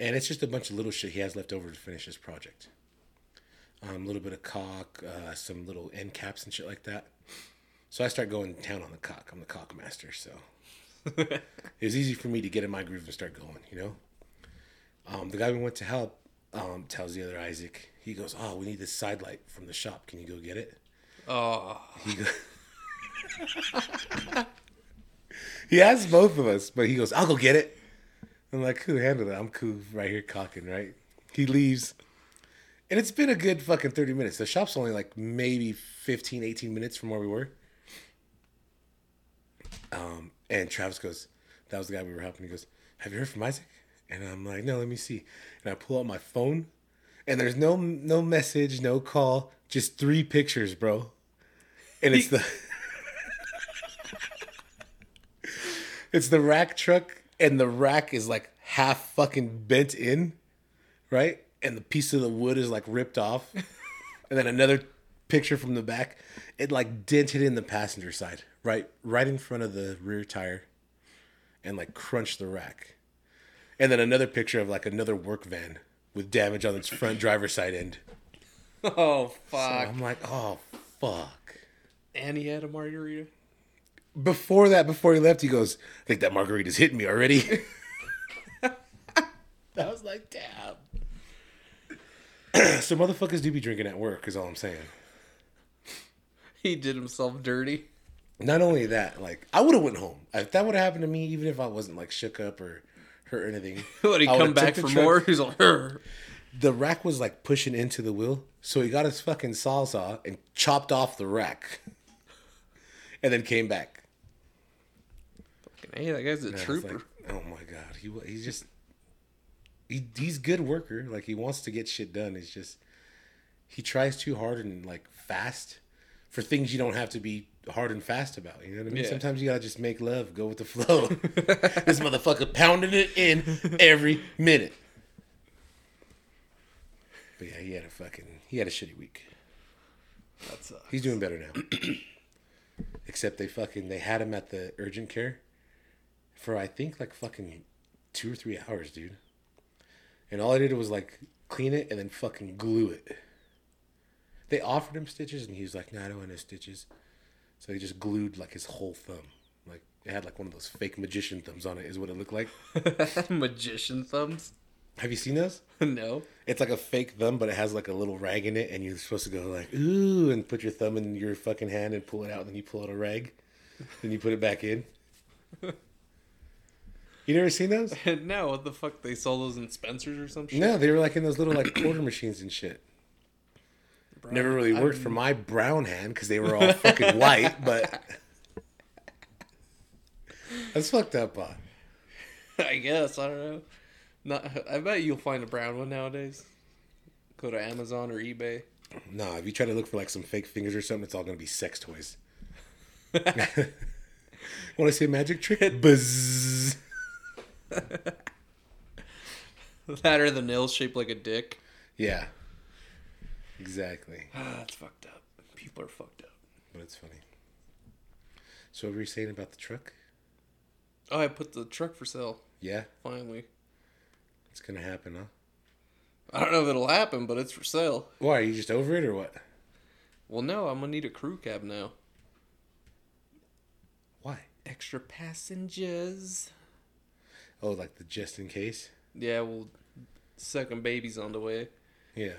S1: and it's just a bunch of little shit he has left over to finish his project. Um, a little bit of cock, uh, some little end caps and shit like that. So I start going to town on the cock. I'm the cock master, so it was easy for me to get in my groove and start going, you know? Um, the guy we went to help um, tells the other Isaac, he goes, Oh, we need this side light from the shop. Can you go get it?
S2: Oh,
S1: He goes, He asked both of us, but he goes, I'll go get it. I'm like, who handled it? I'm cool right here cocking, right? He leaves. And it's been a good fucking 30 minutes. The shop's only like maybe 15, 18 minutes from where we were. Um, and Travis goes, that was the guy we were helping. He goes, have you heard from Isaac? And I'm like, no, let me see. And I pull out my phone and there's no, no message, no call, just three pictures, bro. And it's the, it's the rack truck and the rack is like half fucking bent in right? And the piece of the wood is like ripped off. and then another picture from the back, it like dented in the passenger side, right right in front of the rear tire and like crunched the rack. And then another picture of like another work van with damage on its front driver's side end.
S2: oh, fuck.
S1: I'm like, "Oh, fuck."
S2: and he had a margarita.
S1: Before that, before he left, he goes, "I think that margarita's hitting me already." *laughs*
S2: I was like, damn.
S1: so motherfuckers do be drinking at work, is all I'm saying.
S2: He did himself dirty.
S1: not only that, like I would have went home. If that would have happened to me, even if I wasn't like shook up or hurt or anything,
S2: *laughs* Would he
S1: I would've
S2: come back
S1: took the
S2: for
S1: truck.
S2: more? He's like, "Her."
S1: The rack was like pushing into the wheel, so he got his fucking sawzall and chopped off the rack, *laughs* and then came back.
S2: Hey, that guy's a
S1: And I was
S2: trooper.
S1: like, oh my god, he wa- he's just he, he's a good worker. Like he wants to get shit done. It's just he tries too hard and like fast for things you don't have to be hard and fast about. You know what I mean?
S2: Yeah.
S1: Sometimes you gotta just make love, go with the flow. *laughs* this motherfucker pounding it in every minute. But yeah, he had a fucking he had a shitty week.
S2: That's *laughs* uh,
S1: He's doing better now. *clears throat* Except they fucking they had him at the urgent care for I think like fucking two or three hours, dude. And all I did was like clean it and then fucking glue it. They offered him stitches and he was like, No, I don't want no stitches. So he just glued like his whole thumb. Like it had like one of those fake magician thumbs on it is what it looked like.
S2: magician thumbs. *laughs*
S1: Have you seen those?
S2: no, *laughs*
S1: It's like a fake thumb, but it has like a little rag in it, and you're supposed to go like ooh, and put your thumb in your fucking hand and pull it out, and then you pull out a rag, then you put it back in. You never seen those?
S2: no. What the fuck? They sold those in Spencers or some shit. *laughs*
S1: No, they were like in those little *coughs* like quarter machines and shit.
S2: Bro,
S1: Never really
S2: I-
S1: worked for my brown hand because they were all fucking white, *laughs* but that's fucked up. Bob.
S2: I guess I don't know. Not. I bet you'll find a brown one nowadays. Go to Amazon or eBay. *laughs*
S1: Nah, if you try to look for like some fake fingers or something, it's all gonna be sex toys. Want to see a magic trick? Buzz.
S2: *sighs* That or the nails shaped like a dick.
S1: Yeah. Exactly.
S2: Ah, it's fucked up. People are fucked up.
S1: But it's funny. So what were you saying about the truck?
S2: Oh, I put the truck for sale
S1: Yeah,
S2: finally.
S1: it's gonna happen, huh?
S2: I don't know if it'll happen, but it's for sale.
S1: Why are you just over it or what?
S2: Well, no, I'm gonna need a crew cab now.
S1: Why?
S2: Extra passengers.
S1: Oh, like the just in case.
S2: Yeah, well, second baby's on the way.
S1: Yeah.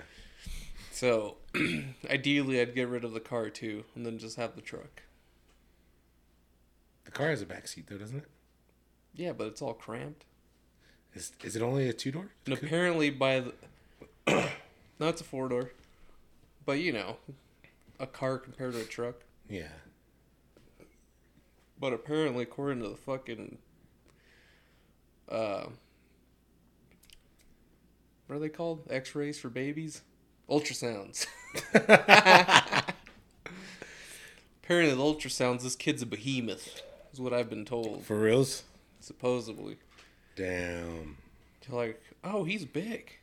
S2: So, *clears throat* ideally, I'd get rid of the car too, and then just have the truck.
S1: The car has a back seat though, doesn't it?
S2: Yeah, but it's all cramped.
S1: Is is it only a two door?
S2: And apparently, by the. *coughs* no, it's a four door. But, you know, a car compared to a truck.
S1: Yeah.
S2: But apparently, according to the fucking. Uh, what are they called? X rays for babies?
S1: *laughs*
S2: Ultrasounds. apparently, the ultrasounds, this kid's a behemoth, is what I've been told,
S1: For reals?
S2: supposedly.
S1: Damn.
S2: They're like, oh, he's big.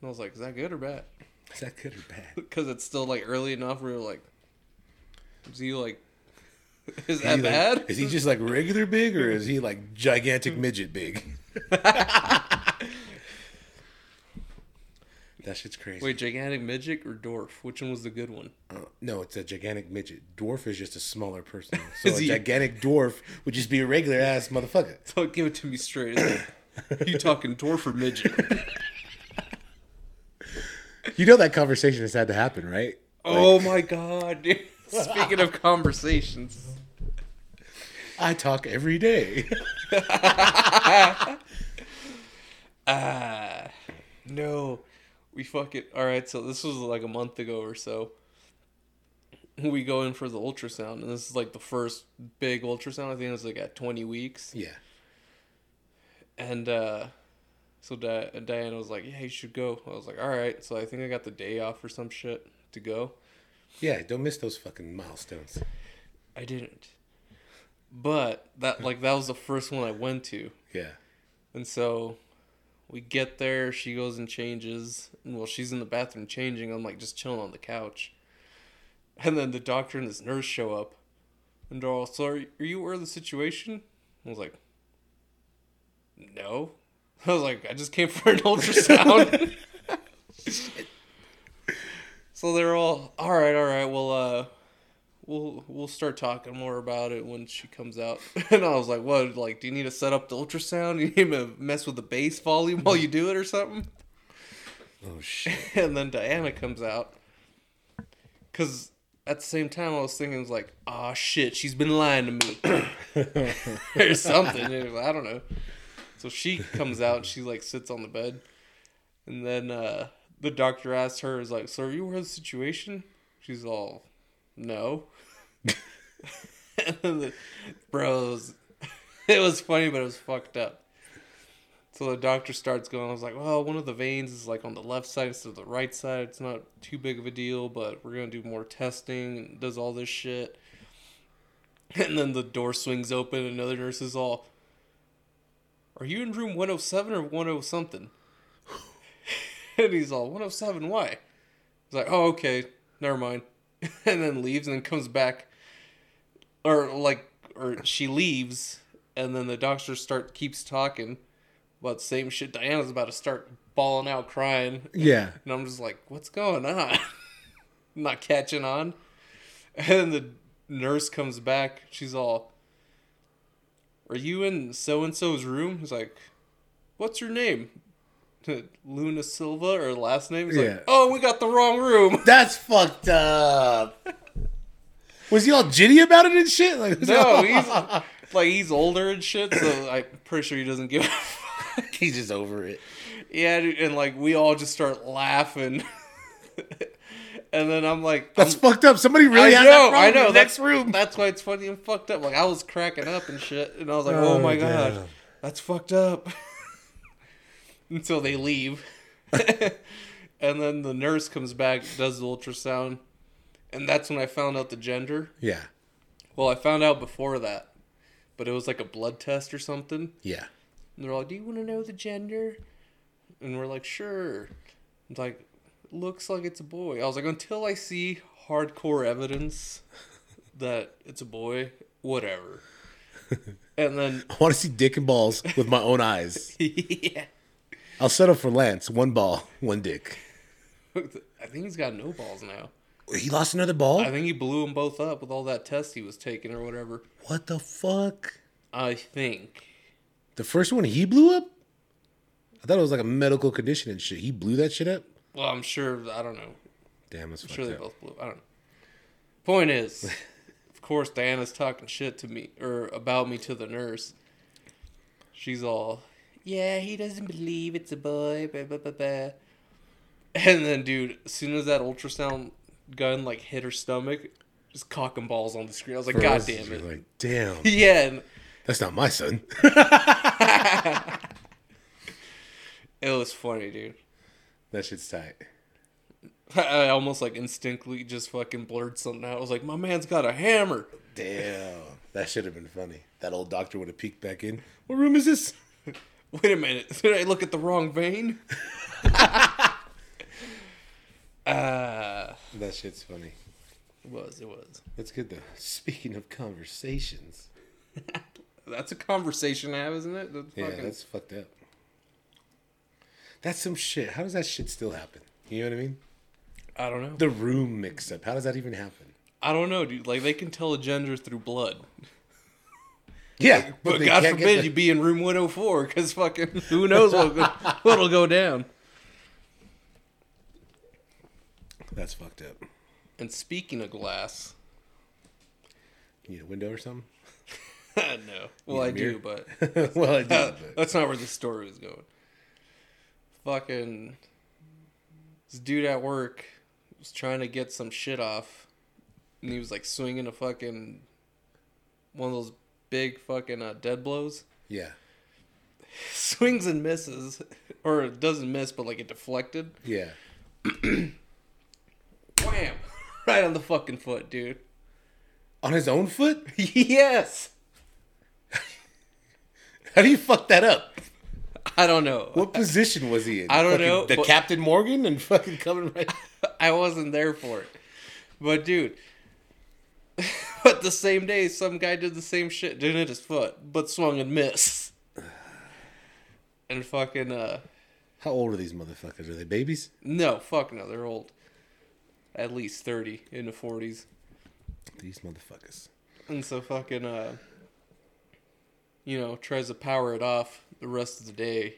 S2: And I was like, is that good or bad? *laughs*
S1: Is that good or bad?
S2: Because it's still like early enough where you're like, is he like, *laughs* is
S1: Is
S2: that
S1: he, like-
S2: bad?
S1: is he just like regular big or is he like gigantic midget big? *laughs* that shit's crazy.
S2: Wait, gigantic midget or dwarf? Which one was the good one?
S1: Uh, no, it's a gigantic midget. Dwarf is just a smaller *laughs* person. So
S2: Is
S1: a
S2: he-
S1: gigantic dwarf would just be a regular ass motherfucker.
S2: Don't give it to me straight. It's like, you talking dwarf or midget?
S1: *laughs* You know that conversation has had to happen, right?
S2: oh my god, dude. Speaking of conversations,
S1: I talk every day.
S2: ah, no, we fuck it. All right, so this was like a month ago or so. We go in for the ultrasound, and this is like the first big ultrasound. I think it was like at twenty weeks.
S1: *laughs* yeah.
S2: And uh, so Di- Diana was like, "Yeah, you should go." I was like, "All right." So I think I got the day off or some shit to go.
S1: Yeah, don't miss those fucking milestones.
S2: I didn't, but that like that was the first one I went to,
S1: Yeah.
S2: and so we get there. She goes and changes, and while she's in the bathroom changing, I'm like just chilling on the couch, and then the doctor and this nurse show up, and they're all, "So are are you aware of the situation?" I was like, "No." *laughs* I was like, "I just came for an ultrasound." *laughs* So they're all, all right, all right. Well, uh, we'll we'll start talking more about it when she comes out. *laughs* And I was like, what? Like, do you need to set up the ultrasound? *laughs* You need to mess with the bass volume while you do it or something?
S1: Oh shit.
S2: *laughs* And then Diana comes out. Cause at the same time, I was thinking, was like, ah, shit, she's been lying to me or something. It was- I don't know. So she comes out. She like sits on the bed, and then uh, the doctor asks her, "Is like, so are you aware of the situation?" She's all, "No." *laughs* and then the, bro, it was, *laughs* it was funny, but it was fucked up. So the doctor starts going. I was like, "Well, one of the veins is like on the left side instead of the right side. It's not too big of a deal, but we're gonna do more testing." And does all this shit. *laughs* And then the door swings open, and another nurse is all, Are you in room 107 or 10 something? *laughs* and he's all, 107, why? He's like, Oh, okay, never mind. *laughs* and then leaves and then comes back. Or, like, or she leaves, and then the doctor start keeps talking about the same shit. Diana's about to start bawling out crying.
S1: *laughs* Yeah.
S2: And I'm just like, what's going on? *laughs* I'm not catching on. And the nurse comes back. She's all, Are you in so and so's room? He's like, What's your name? *laughs* Luna Silva or last name? He's
S1: Yeah.
S2: like, Oh, we got the wrong room. *laughs*
S1: That's fucked up. Was he all jitty about it and shit? Like, *laughs*
S2: no, he's like, he's older and shit, so I'm pretty sure he doesn't give a *laughs* fuck.
S1: he's just over it.
S2: Yeah, dude, and like, we all just start laughing. *laughs* and then I'm like,
S1: That's fucked up. Somebody really
S2: I
S1: has
S2: know,
S1: Oh, that problem
S2: I know.
S1: in the next
S2: that's,
S1: room.
S2: That's why it's funny and fucked up. Like I was cracking up and shit, and I was like, *laughs* "Oh,
S1: Oh,
S2: my
S1: damn.
S2: god, that's fucked up." *laughs* Until they leave, *laughs* and then the nurse comes back, does the ultrasound, and that's when I found out the gender.
S1: Yeah.
S2: Well, I found out before that, but it was like a blood test or something.
S1: Yeah.
S2: And they're all, "Do you want to know the gender?" And we're like, "Sure." It's like, looks like it's a boy. I was like, until I see hardcore evidence that it's a boy, whatever. *laughs* and then,
S1: I want to see dick and balls with my own eyes.
S2: *laughs* yeah.
S1: I'll settle for Lance. One ball, one dick.
S2: I think he's got no balls now.
S1: He lost another ball?
S2: I think he blew them both up with all that test he was taking or whatever.
S1: What the fuck?
S2: I think.
S1: The first one he blew up? I thought it was like a medical condition and shit. He blew that shit up?
S2: Well, I'm sure. I don't know.
S1: Damn, it's
S2: I'm sure
S1: fucked
S2: they
S1: up.
S2: both blew. I don't know. Point is, of course, Diana's talking shit to me or about me to the nurse. She's all, yeah, he doesn't believe it's a boy. Blah, blah, blah, blah. And then, dude, as soon as that ultrasound gun like hit her stomach, just cock and balls on the screen. I was like,
S1: For
S2: god
S1: us,
S2: damn
S1: you're
S2: it. *laughs*
S1: Like, damn,
S2: yeah. And,
S1: that's not my son. *laughs*
S2: It was funny, dude.
S1: that shit's tight.
S2: I almost like instinctively just fucking blurred something out. I was like, my man's got a hammer. *laughs*
S1: Damn. That should have been funny. That old doctor would have peeked back in. What room is this?
S2: Wait a minute. Did I look at the wrong vein? uh,
S1: That shit's funny.
S2: it was. It was.
S1: That's good though. Speaking of conversations.
S2: That's a conversation I have, isn't it? That's
S1: Yeah,
S2: fucking,
S1: that's fucked up. That's some shit. How does that shit still happen? You know what I mean?
S2: I don't know.
S1: The room mix up. How does that even happen?
S2: I don't know, dude. Like, they can tell a gender through blood.
S1: Yeah,
S2: But
S1: they
S2: God
S1: can't get
S2: forbid
S1: the-
S2: you be in room 104
S1: *laughs*
S2: because fucking who knows what, *laughs* what'll go down.
S1: That's fucked up.
S2: And speaking of glass,
S1: You need a window or something? *laughs*
S2: no. Well, *laughs* I do,
S1: mirror?
S2: but.
S1: well, I did.
S2: Uh,
S1: but-
S2: *laughs* that's not where the story was going. Fucking this dude at work was trying to get some shit off, and he was like swinging a fucking one of those big fucking uh, dead blows.
S1: Yeah,
S2: Swings and misses, or it doesn't miss, but like it deflected.
S1: yeah.
S2: Wham! *laughs* Right on the fucking foot, dude.
S1: On his own foot? *laughs*
S2: yes.
S1: How do you fuck that up?
S2: I don't know.
S1: What position was he in?
S2: I don't
S1: Fucking
S2: know,
S1: The
S2: but-
S1: Captain Morgan and fucking coming right. *laughs*
S2: I wasn't there for it. But dude, *laughs* but the same day, some guy did the same shit, didn't hit his foot, but swung and missed. And fucking uh,
S1: How old are these motherfuckers? Are they babies?
S2: no, fuck no, they're old. At least thirty in the forties,
S1: These motherfuckers.
S2: and so fucking uh, you know, tries to power it off the rest of the day.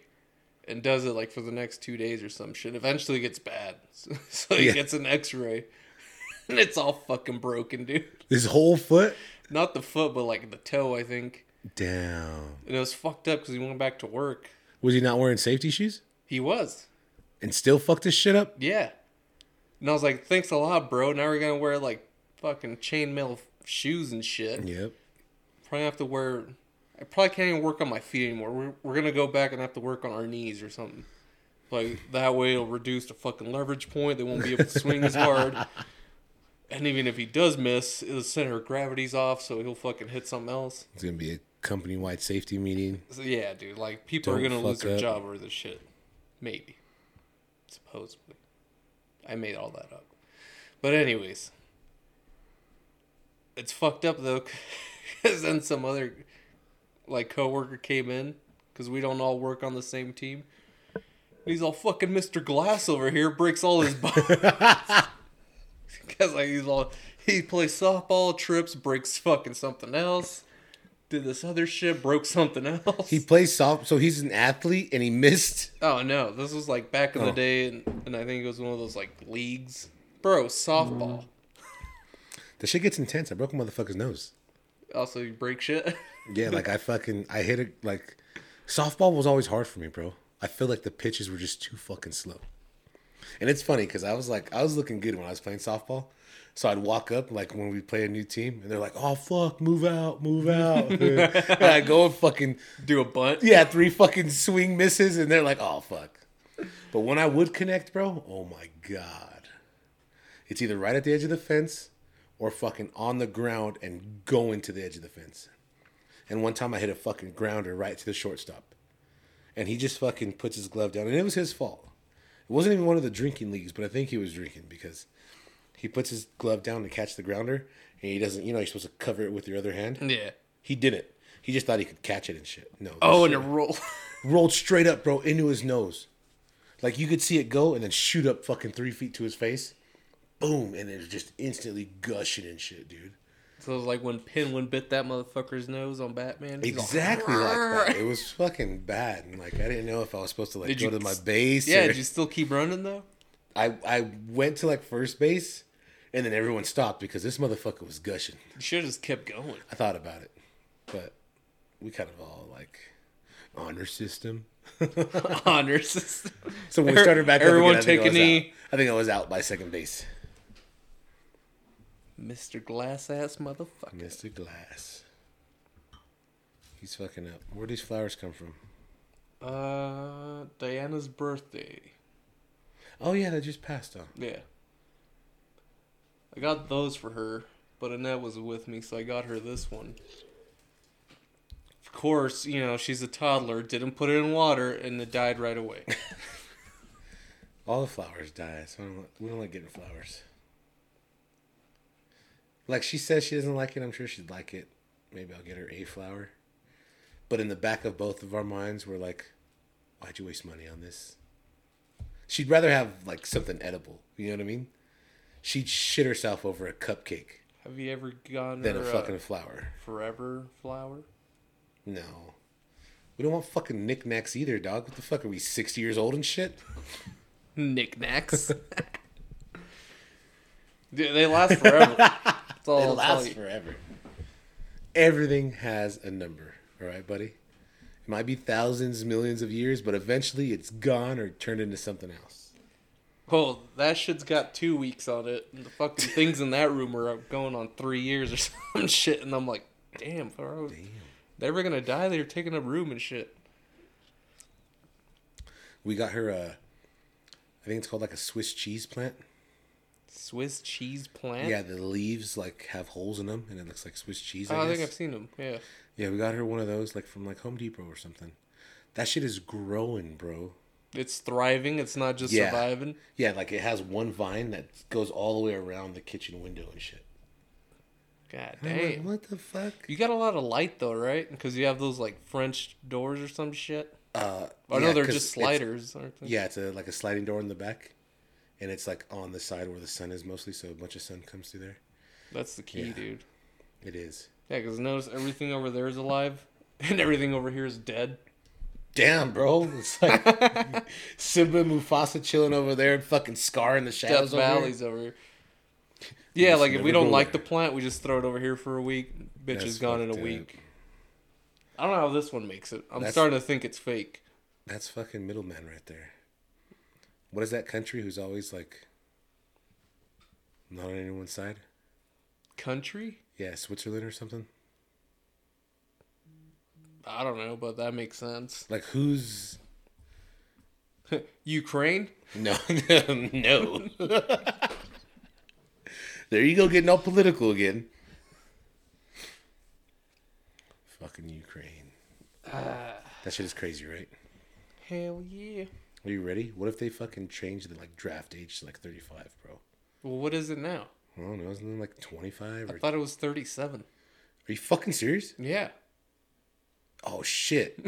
S2: And does it like for the next two days or some shit. Eventually it gets bad, *laughs* so, so he
S1: Yeah.
S2: gets an X-ray, *laughs* and it's all fucking broken, dude.
S1: His whole foot?
S2: not the foot, but like the toe, I think.
S1: Damn.
S2: And it was fucked up because he went back to work.
S1: Was he not wearing safety shoes?
S2: He was,
S1: And still fucked his shit up?
S2: yeah. And I was like, "Thanks a lot, bro." Now we're gonna wear like fucking chainmail f- shoes and shit.
S1: Yep.
S2: Probably have to wear. I probably can't even work on my feet anymore. We're we're gonna go back and have to work on our knees or something. Like that way, it'll reduce the fucking leverage point. They won't be able to swing
S1: *laughs*
S2: as hard. And even if he does miss, the center of gravity's off, so he'll fucking hit something else.
S1: It's gonna be a company wide safety meeting.
S2: So, yeah, dude. Like people are
S1: Don't
S2: gonna lose
S1: fuck
S2: their
S1: up.
S2: job over this shit. Maybe. Supposedly. I made all that up. But anyways, it's fucked up though, *laughs* because then some other like coworker came in because we don't all work on the same team. And he's all fucking Mr. Glass over here breaks all
S1: *laughs*
S2: his bones. *laughs* Because like he's all he plays softball, trips, breaks fucking something else. Did this other shit, broke something else.
S1: He plays soft, so he's an athlete and he missed.
S2: Oh no, this was like back in the
S1: Oh.
S2: day, and, and I think it was one of those like leagues, bro.
S1: Mm.
S2: Softball.
S1: The shit gets intense. I broke a motherfucker's nose.
S2: Also, you
S1: *laughs*
S2: break shit. *laughs*
S1: Yeah, like I fucking I hit it like softball was always hard for me, bro. I feel like the pitches were just too fucking slow. And it's funny because I was like I was looking good when I was playing softball. So I'd walk up like when we play a new team and they're like, Oh fuck, move out, move out. and
S2: *laughs*
S1: I go and fucking
S2: Do a bunt.
S1: yeah, three fucking swing misses and they're like, Oh fuck. But when I would connect, bro, oh my god. It's either right at the edge of the fence or fucking on the ground and going to the edge of the fence. And one time I hit a fucking grounder right to the shortstop. And he just fucking puts his glove down. And it was his fault. It wasn't even one of the drinking leagues, but I think he was drinking because he puts his glove down to catch the grounder, and he doesn't. You know, you're supposed to cover it with your other hand.
S2: Yeah.
S1: He didn't. He just thought he could catch it and shit. No.
S2: Oh, and
S1: shit
S2: a roll.
S1: rolled straight up, bro, into his nose. Like you could see it go and then shoot up fucking three feet to his face. Boom, and it was just instantly gushing and shit, dude.
S2: *laughs* so it was like when Penguin bit that motherfucker's nose on Batman. He's all,
S1: Exactly like that.
S2: "Rrrr."
S1: It was fucking bad, and like I didn't know if I was supposed to like
S2: Did
S1: go
S2: you-
S1: to my base.
S2: *laughs* Yeah,
S1: or-
S2: did you still keep running though?
S1: I I went to like first base, and then everyone stopped because this motherfucker was gushing.
S2: You should have just kept going. *laughs*
S1: I thought about it, but we kind of all like honor system. *laughs*
S2: Honor system.
S1: So when we started back
S2: Everyone
S1: up,
S2: take
S1: again, I
S2: a
S1: think I was
S2: knee.
S1: out. I think I was out by second base.
S2: Mr. Glass ass motherfucker.
S1: Mr. Glass. He's fucking up. Where these flowers come from?
S2: Uh, Diana's birthday.
S1: Oh yeah, they just passed on.
S2: Yeah. I got those for her, but Annette was with me, so I got her this one. Of course, you know, she's a toddler, didn't put it in water, and it died
S1: *laughs*
S2: right away.
S1: All the flowers die, so I don't, like- we don't like getting flowers. Like she says she doesn't like it. I'm sure she'd like it. Maybe I'll get her a flower. But in the back of both of our minds, we're like, why'd you waste money on this? She'd rather have like something edible. You know what I mean? She'd shit herself over a cupcake
S2: Have you ever uh, gotten
S1: than
S2: her
S1: a
S2: a
S1: fucking flower.
S2: forever flower?
S1: No. We don't want fucking knickknacks either, dog. What the fuck? Are we 60 years old and
S2: *laughs*
S1: shit? *laughs*
S2: Knickknacks. Dude, they
S1: *laughs*
S2: last forever. That's all
S1: It
S2: I'll tell
S1: lasts
S2: you.
S1: forever. Everything has a number, all right, buddy? It might be thousands, millions of years, but eventually it's gone or turned into something else.
S2: Well, that shit's got two weeks on it, and the fucking things in that room are going on three years or *laughs* some shit, and I'm like, damn, bro. They were gonna die, they were taking up room and shit.
S1: We got her a, I think it's called like a Swiss cheese plant.
S2: Swiss cheese plant?
S1: Yeah, the leaves like have holes in them and it looks like Swiss cheese. I,
S2: Oh, I
S1: guess.
S2: think I've seen them, yeah.
S1: Yeah, we got her one of those like from like Home Depot or something. That shit is growing, bro.
S2: It's thriving, it's not just
S1: Yeah.
S2: surviving.
S1: Yeah, like it has one vine that goes all the way around the kitchen window and shit.
S2: God
S1: And I'm like,
S2: damn.
S1: what the fuck?
S2: You got a lot of light though, right? Because you have those like French doors or some shit.
S1: Uh,
S2: I know
S1: yeah,
S2: Oh, they're
S1: 'cause
S2: just
S1: it's-
S2: sliders, aren't they?
S1: Yeah, it's a, like a sliding door in the back, and it's like on the side where the sun is mostly, so a bunch of sun comes through there.
S2: That's the key,
S1: Yeah.
S2: dude.
S1: It is.
S2: Yeah, because notice everything over there is alive, *laughs* and everything over here is dead.
S1: Damn, bro, it's
S2: *laughs*
S1: like Simba and Mufasa chilling over there, and fucking Scar in the
S2: Death
S1: shadows. over there.
S2: Valley's over here. Yeah,
S1: just
S2: like if
S1: never
S2: we don't
S1: go
S2: like the
S1: there.
S2: plant, we just throw it over here for a week. Bitch
S1: That's
S2: is gone in a
S1: fucked up.
S2: week. I don't know how this one makes it. I'm
S1: That's-
S2: starting to think it's fake.
S1: That's fucking middleman right there. What is that country who's always like not on anyone's side?
S2: Country?
S1: Yeah, Switzerland or something.
S2: I don't know, but that makes sense.
S1: Like who's
S2: Ukraine? *laughs*
S1: No, no, no. *laughs* there you go, getting all political again. Fucking
S2: *sighs*
S1: Ukraine. that shit is crazy, right?
S2: Hell yeah.
S1: Are you ready? What if they fucking change the like draft age to like thirty-five, bro?
S2: Well, what is it now?
S1: I don't know. Isn't it like twenty-five? Or...
S2: I thought it was 37.
S1: Are you fucking serious?
S2: Yeah. *laughs*
S1: Oh shit!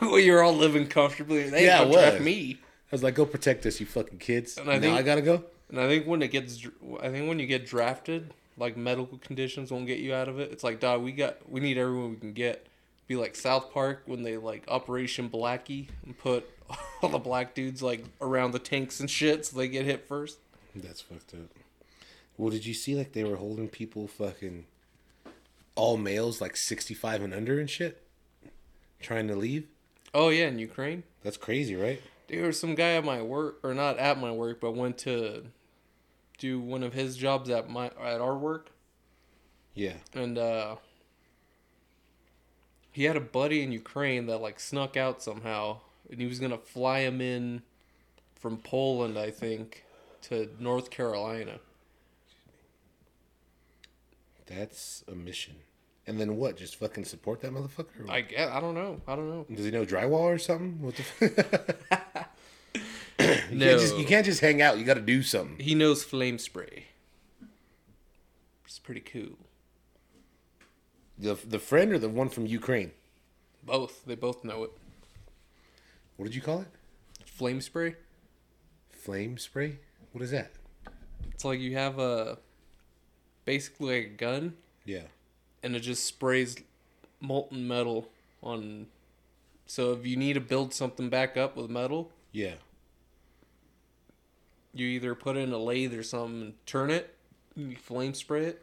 S1: I
S2: well, you're all living comfortably. They
S1: Yeah,
S2: yeah,
S1: it
S2: ain't gonna draft
S1: was.
S2: me.
S1: was like, go protect us, you fucking kids.
S2: And I
S1: now
S2: think-
S1: I gotta go.
S2: And I think when it gets, dr- I think when you get drafted, like medical conditions won't get you out of it. It's like, dog, we got, we need everyone we can get. Be like South Park when they like Operation Blackie and put *laughs* all the black dudes like around the tanks and shit, so they get hit first.
S1: That's fucked up. Well, did you see like they were holding people fucking all males like 65 and under and shit trying to leave?
S2: Oh yeah, in Ukraine.
S1: That's crazy, right?
S2: There was some guy at my work, or not at my work, but went to do one of his jobs at my at our work,
S1: Yeah.
S2: and uh, he had a buddy in Ukraine that like snuck out somehow, and he was gonna fly him in from Poland, I think, to North Carolina.
S1: That's a mission. And then what? Just fucking support that motherfucker? or
S2: I guess I don't know. I don't know.
S1: what? Does he know drywall or something? What the fuck? *laughs* You, can't just, you
S2: No.
S1: can't just hang out. You got to do something.
S2: He knows flame spray. It's pretty cool.
S1: The the friend or the one from Ukraine?
S2: Both. They both know it.
S1: What did you call it?
S2: Flame spray?
S1: Flame spray? What is that?
S2: It's like you have a basically like a gun
S1: Yeah.
S2: and it just sprays molten metal on so if you need to build something back up with metal,
S1: Yeah.
S2: you either put in a lathe or something and turn it, and you flame spray it,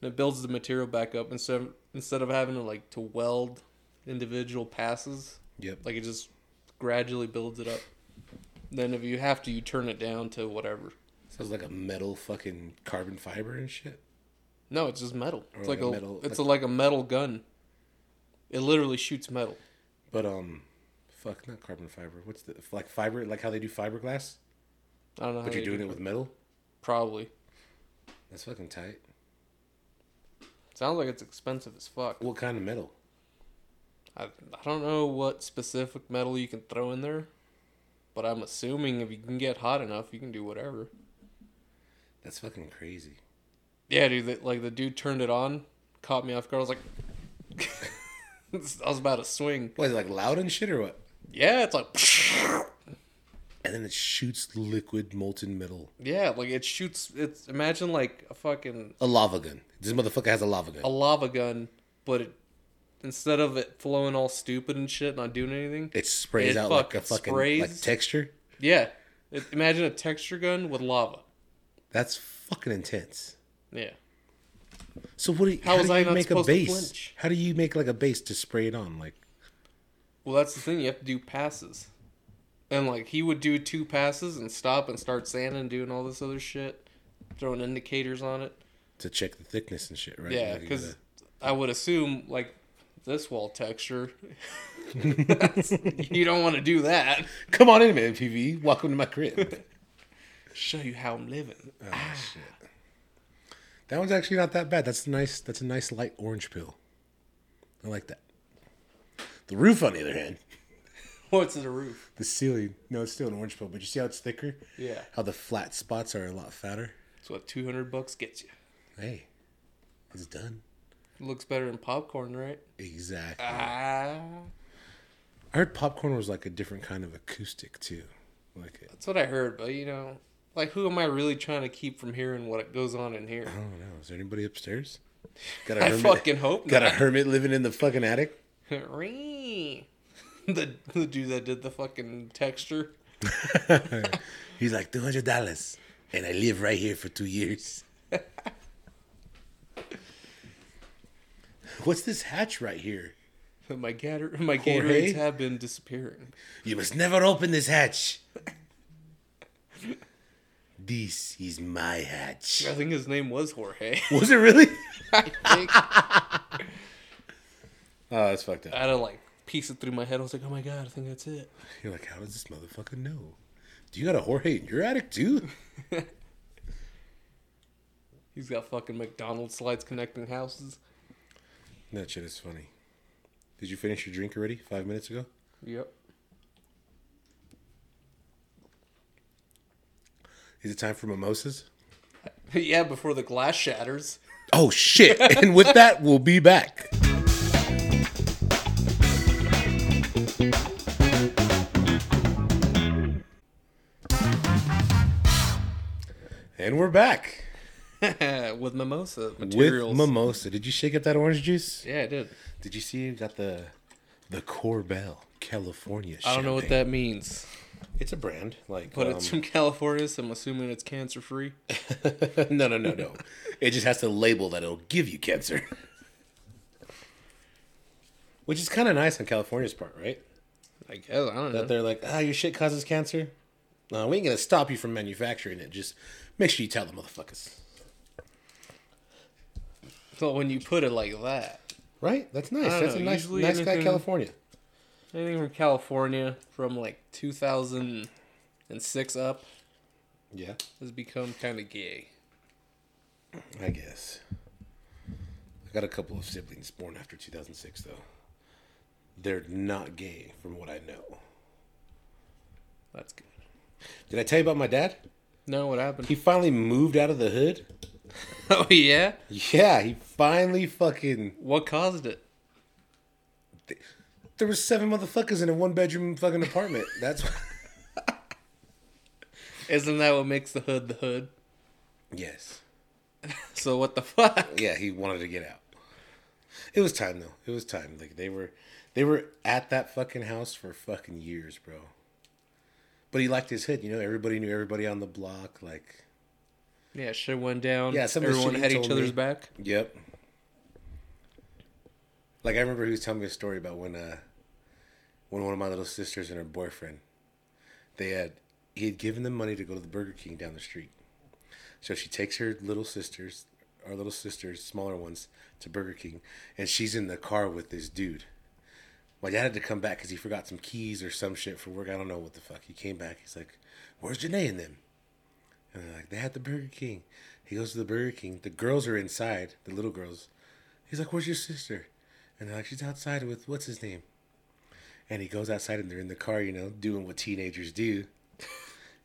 S2: and it builds the material back up instead of, instead of having to like to weld individual passes.
S1: Yep.
S2: Like it just gradually builds it up. Then if you have to, you turn it down to whatever.
S1: Sounds like a metal fucking carbon fiber and shit.
S2: No, it's just metal. It's
S1: like
S2: like,
S1: a
S2: a,
S1: metal- like-
S2: it's a, like a metal gun. It literally shoots metal.
S1: But um, fuck, not carbon fiber. What's the like fiber? Like how they do fiberglass,
S2: I don't know.
S1: but
S2: how
S1: you're
S2: they
S1: doing
S2: do
S1: it with metal.
S2: probably.
S1: That's fucking tight.
S2: Sounds like it's expensive as fuck.
S1: What kind of metal?
S2: I, I don't know what specific metal you can throw in there, but I'm assuming if you can get hot enough, you can do whatever.
S1: That's fucking crazy.
S2: Yeah, dude. The, like the dude turned it on, caught me off guard. I was like, *laughs* I was about to swing.
S1: What is it like loud and shit or what?
S2: Yeah, it's like, *laughs*
S1: And then it shoots liquid molten metal.
S2: yeah, like it shoots. It's imagine like a fucking
S1: A lava gun. This motherfucker has a lava gun.
S2: a lava gun, but it, instead of it flowing all stupid and shit, not doing anything.
S1: It sprays
S2: It
S1: out like a
S2: fucking
S1: fucking like
S2: sprays.
S1: texture.
S2: Yeah, it, imagine a texture gun with lava.
S1: That's fucking intense.
S2: Yeah,
S1: So what? Do you, how
S2: How was
S1: do
S2: I
S1: you
S2: not
S1: make a
S2: supposed to
S1: base?
S2: flinch?
S1: How do you make like a base to spray it on? Like
S2: Well, that's the thing. You have to do passes. And, like, he would do two passes and stop and start sanding and doing all this other shit, throwing indicators on it.
S1: to check the thickness and shit, right?
S2: Yeah,
S1: Like, you
S2: 'cause yeah, because
S1: gotta-
S2: I would assume, like, this wall *laughs* texture. that's- you don't want to do that.
S1: come on in, man, PV. Welcome to my
S2: *laughs*
S1: crib.
S2: Show you how I'm living.
S1: oh, shit. That one's actually not that bad. That's nice. That's a nice light orange pill. I like that. The roof, on the other hand,
S2: What's the roof?
S1: the ceiling. No, it's still an orange pill, but you see how it's thicker?
S2: Yeah.
S1: How the flat spots are a lot fatter.
S2: That's what 200 bucks gets you.
S1: Hey, it's done.
S2: Looks better than popcorn, right?
S1: Exactly.
S2: Ah.
S1: I heard popcorn was like a different kind of acoustic too. Like it.
S2: That's what I heard, but, you know, like, who am I really trying to keep from hearing what goes on in here?
S1: I don't know. Is there anybody upstairs? Got a
S2: I fucking hope
S1: got a
S2: not.
S1: hermit living in the fucking attic.
S2: Ree. *laughs* the the dude that did the fucking texture.
S1: He's like two hundred dollars, and I live right here for two years. *laughs* What's this hatch right here?
S2: My gator, my
S1: Jorge?
S2: Gatorades have been disappearing.
S1: You must never open this hatch. this is my hatch.
S2: I think his name was Jorge. *laughs*
S1: Was it really?
S2: I think I
S1: *laughs* Oh, that's fucked up.
S2: had to like piece it through my head. I was like, oh my god, I think that's it.
S1: You're like, how does this motherfucker know? Do you got a Jorge in your attic too?
S2: He's got fucking McDonald's slides connecting houses.
S1: That shit is funny. Did you finish your drink already? Five minutes ago?
S2: Yep. *laughs*
S1: Is it time for mimosas?
S2: yeah, before the glass shatters. *laughs*
S1: Oh shit! *laughs* and with that, we'll be back. And we're back
S2: With mimosa materials.
S1: with mimosa. Did you shake up that orange juice?
S2: yeah, I did.
S1: Did you see you got the the Corbel California?
S2: I don't know what that means,
S1: It's a brand, like um,
S2: but it's from California, so I'm assuming it's cancer free.
S1: *laughs* no, no, no, no. it just has to label that it'll give you cancer. *laughs* Which is kind of nice on California's part, right?
S2: I guess I don't know.
S1: That they're like, ah, your shit causes cancer. No, we ain't gonna stop you from manufacturing it. Just make sure you tell the motherfuckers,
S2: So when you put it like that,
S1: right? That's nice.
S2: don't
S1: That's
S2: know,
S1: a nice,
S2: usually
S1: nice guy,
S2: anything-
S1: California.
S2: anything from California from like 2006 up
S1: Yeah,
S2: has become kind of gay.
S1: I guess. I got a couple of siblings born after 2006, though. They're not gay, from what I know.
S2: That's good.
S1: Did I tell you about my dad?
S2: No, what happened? *laughs*
S1: He finally moved out of the hood.
S2: oh yeah.
S1: Yeah, he finally fucking.
S2: What caused it?
S1: There was seven motherfuckers in a one bedroom fucking apartment. That's. *laughs* Why...
S2: Isn't that what makes the hood the hood?
S1: yes.
S2: So what the *laughs* fuck?
S1: Yeah, he wanted to get out. It was time though. It was time. Like they were, they were at that fucking house for fucking years, bro. But he liked his hood. You know, everybody knew everybody on the block. Like,
S2: Yeah, shit went down.
S1: Yeah, some of the
S2: everyone
S1: shit he
S2: had each
S1: told
S2: other's
S1: me.
S2: back.
S1: Yep. Like I remember he was telling me a story about when uh when one of my little sisters and her boyfriend they had he had given them money to go to the Burger King down the street. So she takes her little sisters our little sisters, smaller ones, to Burger King and she's in the car with this dude. My dad had to come back because he forgot some keys or some shit for work. I don't know what the fuck. He came back. He's like, "Where's Janae and them?" And they're like, they had the Burger King. He goes to the Burger King. The girls are inside, the little girls. He's like, where's your sister? And they're like, she's outside with, what's his name? And he goes outside and they're in the car, you know, doing what teenagers do.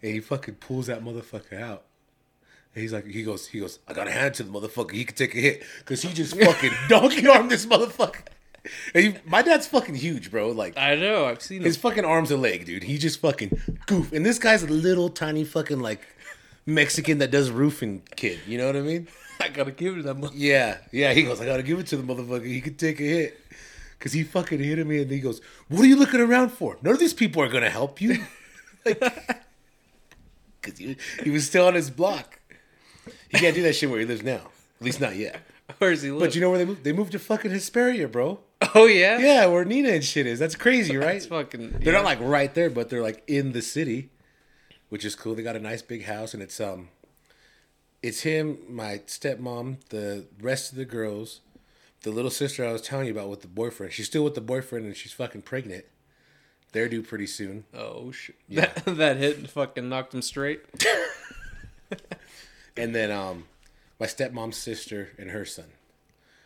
S1: And he fucking pulls that motherfucker out. And he's like, he goes, he goes, I got to hand it to the motherfucker. He could take a hit. Because he just fucking donkey armed this motherfucker. And he, my dad's fucking huge, bro. Like,
S2: I know. I've seen
S1: his
S2: it.
S1: fucking arm's a leg, dude. He just fucking goof. And this guy's a little tiny fucking like Mexican that does roofing kid. You know what I mean?
S2: *laughs* I gotta give it that much.
S1: Yeah, yeah. He goes, I gotta give it to the motherfucker. He could take a hit. Cause he fucking hit him and he goes, What are you looking around for? None of these people are gonna help you. *laughs* like, Cause he, he was still on his block. He can't do that shit where he lives now. At least not yet.
S2: *laughs* Where does he live?
S1: But you know where they moved? They moved to fucking Hesperia, bro.
S2: *laughs* oh yeah.
S1: Yeah, where Nina and shit is. That's crazy, right?
S2: It's fucking.
S1: They're not like right there, but they're like in the city, which is cool. They got a nice big house, and it's um, it's him, my stepmom, the rest of the girls, the little sister I was telling you about with the boyfriend. She's still with the boyfriend, and she's fucking pregnant. They're due pretty soon.
S2: Oh shit. That, *laughs* that hit fucking knocked him straight.
S1: and then um, my stepmom's sister and her son.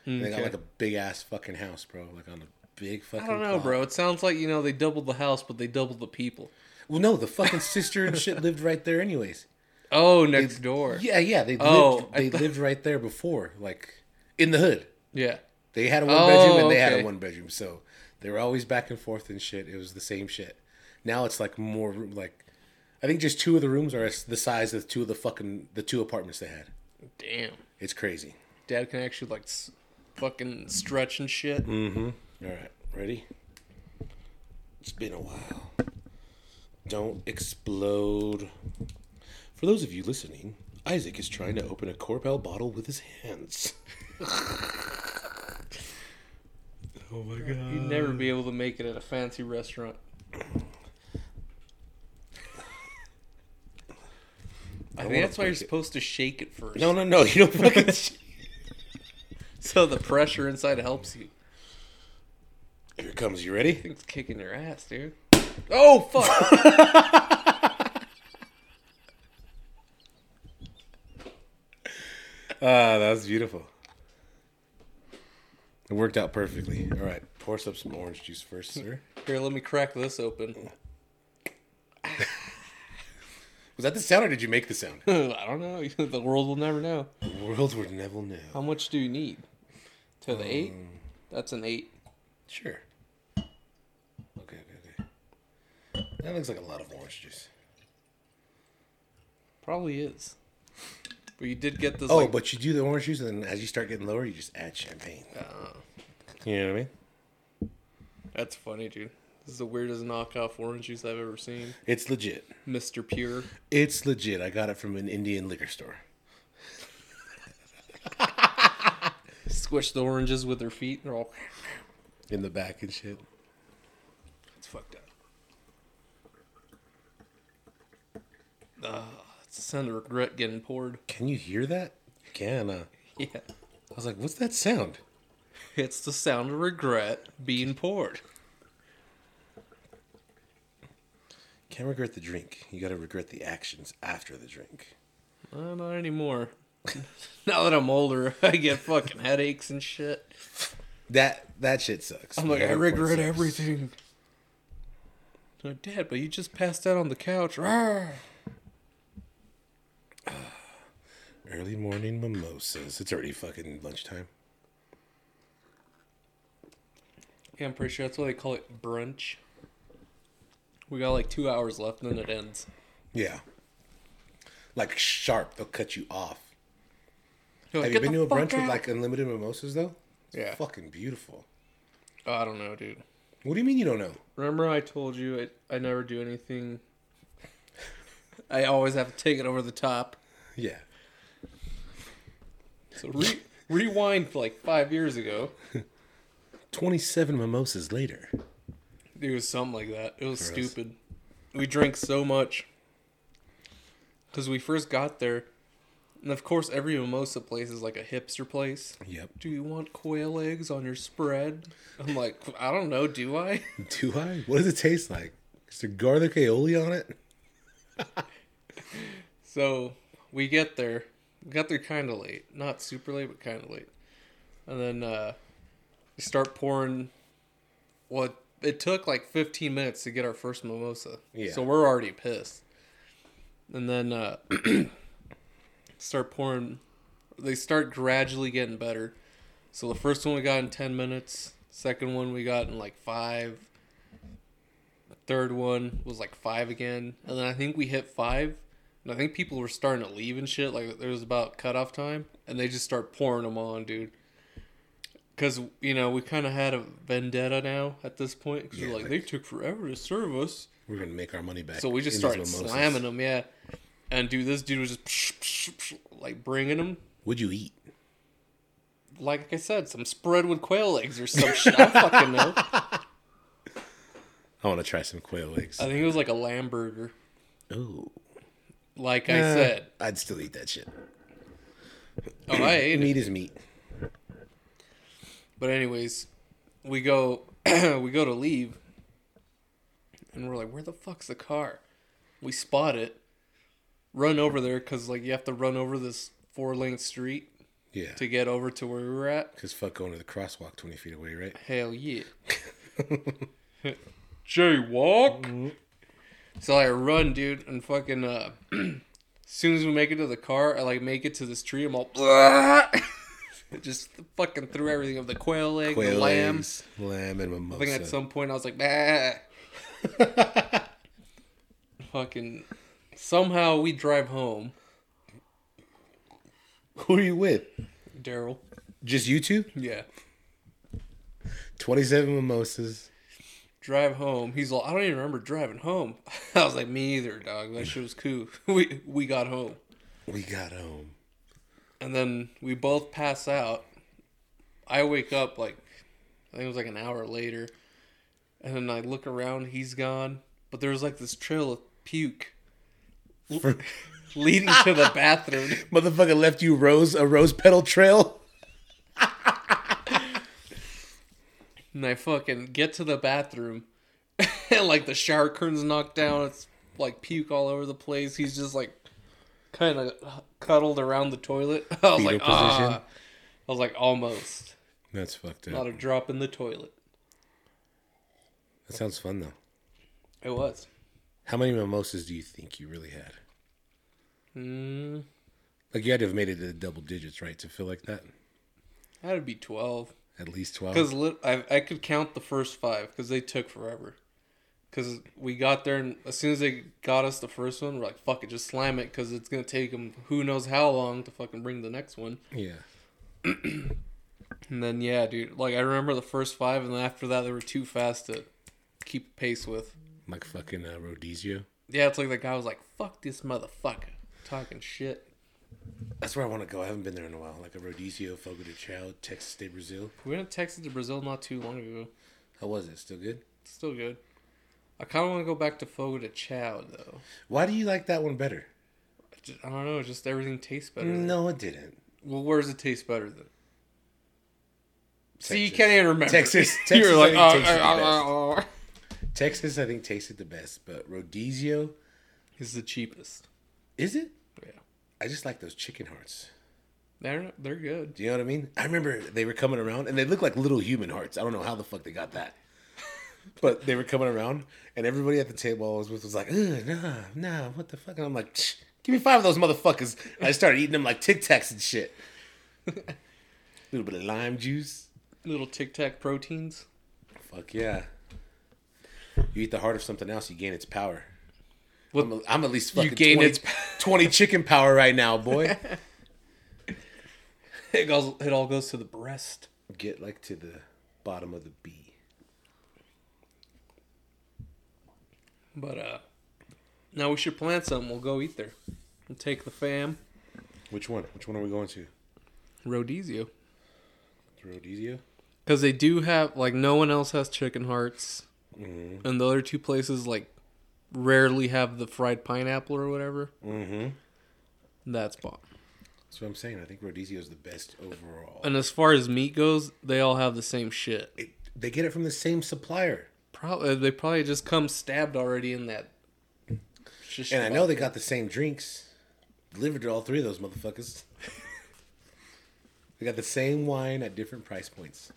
S1: And they got
S2: Okay.
S1: like a big ass fucking house, bro. Like on a big fucking.
S2: I don't know,
S1: plot.
S2: bro. It sounds like you know they doubled the house, but they doubled the people.
S1: Well, no, the fucking sister and shit lived right there, anyways.
S2: Oh, next door.
S1: Yeah, yeah. They
S2: Oh,
S1: lived,
S2: I
S1: they
S2: thought-
S1: lived right there before, like in the hood.
S2: Yeah.
S1: They had a one
S2: Oh,
S1: bedroom and they had a
S2: okay.
S1: one bedroom, so they were always back and forth and shit. It was the same shit. Now it's like more room. Like I think just two of the rooms are as- the size of two of the fucking the two apartments they had.
S2: Damn.
S1: It's crazy.
S2: Dad can actually like s- fucking stretch and shit.
S1: All right, ready? It's been a while. Don't explode. For those of you listening, Isaac is trying to open a Corbel bottle with his hands. *laughs* oh my god.
S2: You'd never be able to make it at a fancy restaurant. I think
S1: wanna
S2: that's why you're
S1: break it.
S2: supposed to shake it first.
S1: No, no, no. You don't fucking.
S2: *laughs* So the pressure inside helps you.
S1: *laughs* Here it comes. You ready?
S2: Thing's kicking your ass, dude.
S1: *laughs*
S2: Oh fuck!
S1: Ah, that was beautiful. It worked out perfectly. All right, pour up some orange juice first, sir.
S2: Here, let me crack this open. *laughs*
S1: Was that the sound, or did you make the sound?
S2: I don't know. *laughs* The world will never know.
S1: the world would never
S2: How
S1: know.
S2: much do you need? To the eight?
S1: Um.
S2: That's an eight.
S1: Sure. Okay, okay, okay. That looks like a lot of orange juice.
S2: Probably is. But you did get this.
S1: Oh,
S2: like,
S1: but you do the orange juice, and then as you start getting lower, you just add champagne. Oh. You know what I mean?
S2: that's funny, dude. This is the weirdest knockoff orange juice I've ever seen.
S1: It's legit.
S2: Mr. Pure.
S1: It's legit. I got it from an Indian liquor store.
S2: Squish the oranges with their feet. They're all.
S1: in the back and shit.
S2: It's fucked up. Ah, it's the sound of regret getting poured.
S1: Can you hear that? You can. Uh,
S2: *laughs* Yeah.
S1: I was like, what's that sound?
S2: It's the sound of regret being poured.
S1: Can't regret the drink. You got to regret the actions after the drink.
S2: Uh, not anymore. *laughs* now that I'm older, *laughs* I get fucking headaches and shit.
S1: That that shit sucks.
S2: I'm like,
S1: That
S2: I
S1: part
S2: regret
S1: sucks.
S2: everything. They're like, Dad, but you just passed out on the couch. Rawr.
S1: Early morning mimosas. It's already fucking lunchtime.
S2: Yeah, I'm pretty sure that's why they call it brunch. We got like two hours left, and then it ends.
S1: Yeah. Like sharp, they'll cut you off.
S2: You're
S1: Have
S2: like,
S1: you been
S2: "Get the
S1: to a
S2: fuck
S1: brunch with
S2: out."
S1: like unlimited mimosas though? It's
S2: Yeah.
S1: Fucking beautiful.
S2: Oh, I don't know, dude.
S1: What do you mean you don't know?
S2: Remember I told you I, I never
S1: *laughs*
S2: do anything. I always have to take it over the top.
S1: Yeah.
S2: So re- rewind like five years ago.
S1: Twenty-seven mimosas later.
S2: It was something like that. It was
S1: For us.
S2: stupid. We drank so much because we first got there, and of course every mimosa place is like a hipster place.
S1: Yep.
S2: Do you want quail eggs on your spread? I'm like, I don't know. Do I? *laughs*
S1: Do I? What does it taste like? Is there garlic aioli on it?
S2: So we get there. We got there kind of late. Not super late, but kind of late. And then uh, we start pouring. Well, it, it took like 15 minutes to get our first mimosa.
S1: Yeah.
S2: So we're already pissed. And then uh, *clears throat* start pouring. They start gradually getting better. So the first one we got in 10 minutes. Second one we got in like five. Third one was like five again. And then I think we hit five. And I think people were starting to leave and shit. Like there was about cutoff time, and they just start pouring them on, dude. Because you know we kind of had a vendetta now at this point. Because
S1: Yeah,
S2: like
S1: like-
S2: they took forever to serve us,
S1: We're gonna make our money back.
S2: so we
S1: in
S2: just
S1: these
S2: started
S1: mimosas.
S2: slamming them, yeah. And dude, this dude was just psh, psh, psh, like bringing them.
S1: What'd you eat?
S2: Like I said, some spread with quail eggs or some shit. I don't fucking know.
S1: I want to try some quail eggs.
S2: I think it was like a lamb burger.
S1: Oh.
S2: Like I said,
S1: I'd still eat that shit.
S2: oh, I ate it.
S1: Meat is meat.
S2: But anyways, we go *clears throat* we go to leave and we're like, "Where the fuck's the car?" We spot it. Run over there cuz like you have to run over this four-lane street
S1: Yeah.
S2: to get over to where we were at.
S1: Cause fuck going to the crosswalk twenty feet away, right? *laughs*
S2: Hell yeah. Jaywalk. So I run, dude, and fucking uh *clears throat* as soon as we make it to the car, I like make it to this tree. I'm all *laughs* just fucking threw everything of the quail egg, the
S1: Quail
S2: lamb.
S1: eggs, lamb, and mimosa.
S2: I think at some point I was like,
S1: *laughs*
S2: bah. fucking. Somehow we drive home,
S1: Who are you with?
S2: Daryl.
S1: Just you two?
S2: Yeah.
S1: Twenty-seven mimosas.
S2: Drive home. He's like, I don't even remember driving home. *laughs* I was like, me either, dog. That shit was cool. *laughs* we we got home,
S1: We got home.
S2: and then we both pass out. I wake up like, I think it was like an hour later, and then I look around. He's gone, but there's like this trail of puke
S1: For-
S2: *laughs* leading to the bathroom.
S1: Motherfucker left you rose a rose petal trail.
S2: And I fucking get to the bathroom, *laughs* and like the shower curtain's knocked down. It's like puke all over the place. He's just like kind of cuddled around the toilet. *laughs* I was
S1: Fetal
S2: like,
S1: position.
S2: ah. I was like, almost.
S1: That's fucked up.
S2: Not a drop in the toilet.
S1: that sounds fun though.
S2: It was.
S1: How many mimosas do you think you really had?
S2: Mm,
S1: Like you had to have made it to the double digits, right, to feel like that?
S2: that'd be 12.
S1: At least twelve.
S2: Because li- I, I could count the first five because they took forever. Because we got there, and as soon as they got us the first one, we're like, fuck it, just slam it because it's going to take them who knows how long to fucking bring the next one.
S1: Yeah.
S2: And then yeah, dude. Like I remember the first five, and then after that, they were too fast to keep pace with.
S1: Like fucking uh, Rhodesio.
S2: Yeah, it's like the guy was like, "Fuck this motherfucker," talking shit.
S1: That's where I want to go. I haven't been there in a while. Like a Rodizio, Fogo de Chao, Texas State, Brazil.
S2: We went to Texas to Brazil not too long ago.
S1: How was it? Still good?
S2: It's still good. I kind of want to go back to Fogo de Chao though.
S1: Why do you like that one better?
S2: I, just, I don't know. Just everything tastes better. there.
S1: No, it didn't.
S2: Well, where does it taste better then? See, you
S1: Texas.
S2: can't even remember. *laughs*
S1: Texas-
S2: you
S1: Texas,
S2: were like,
S1: I
S2: oh,
S1: think, tastes the
S2: oh, oh, oh.
S1: Texas, I think, tasted the best, but Rodizio,
S2: It's the cheapest.
S1: is it?
S2: Yeah,
S1: I just like those chicken hearts.
S2: they're they're good. *laughs*
S1: Do you know what I mean? I remember they were coming around and they looked like little human hearts. I don't know how the fuck they got that. But they were coming around, and everybody at the table I was with was like, "Ugh, nah, nah, what the fuck?" And I'm like, "Tch, "Give me five of those motherfuckers." And I started eating them like Tic Tacs and
S2: *laughs*
S1: shit. A little bit of lime juice.
S2: Little Tic Tac proteins.
S1: Fuck yeah. You eat the heart of something else, you gain its power.
S2: What-
S1: I'm, I'm at least fucking
S2: gain
S1: 20,
S2: its *laughs* pow-
S1: 20 chicken power right now,
S2: *laughs*
S1: boy.
S2: It all, it all goes to the breast.
S1: Get like to the bottom of the B.
S2: But uh, now we should plan something. We'll go eat there. We'll take the fam.
S1: Which one? Which one are we going to?
S2: Rodizio.
S1: The Rodizio?
S2: Because they do have, like, no one else has chicken hearts.
S1: Mm-hmm.
S2: And the other two places, like, rarely have the fried pineapple or whatever.
S1: Mm-hmm.
S2: That's bomb.
S1: That's what I'm saying. I think Rodizio is the best overall.
S2: And as far as meat goes, they all have the same shit.
S1: It, they get it from the same supplier.
S2: Probably they probably just come stabbed already in that. shish
S1: And I
S2: kebab.
S1: know they got the same drinks. Delivered to all three of those motherfuckers. *laughs* they got the same wine at different price points.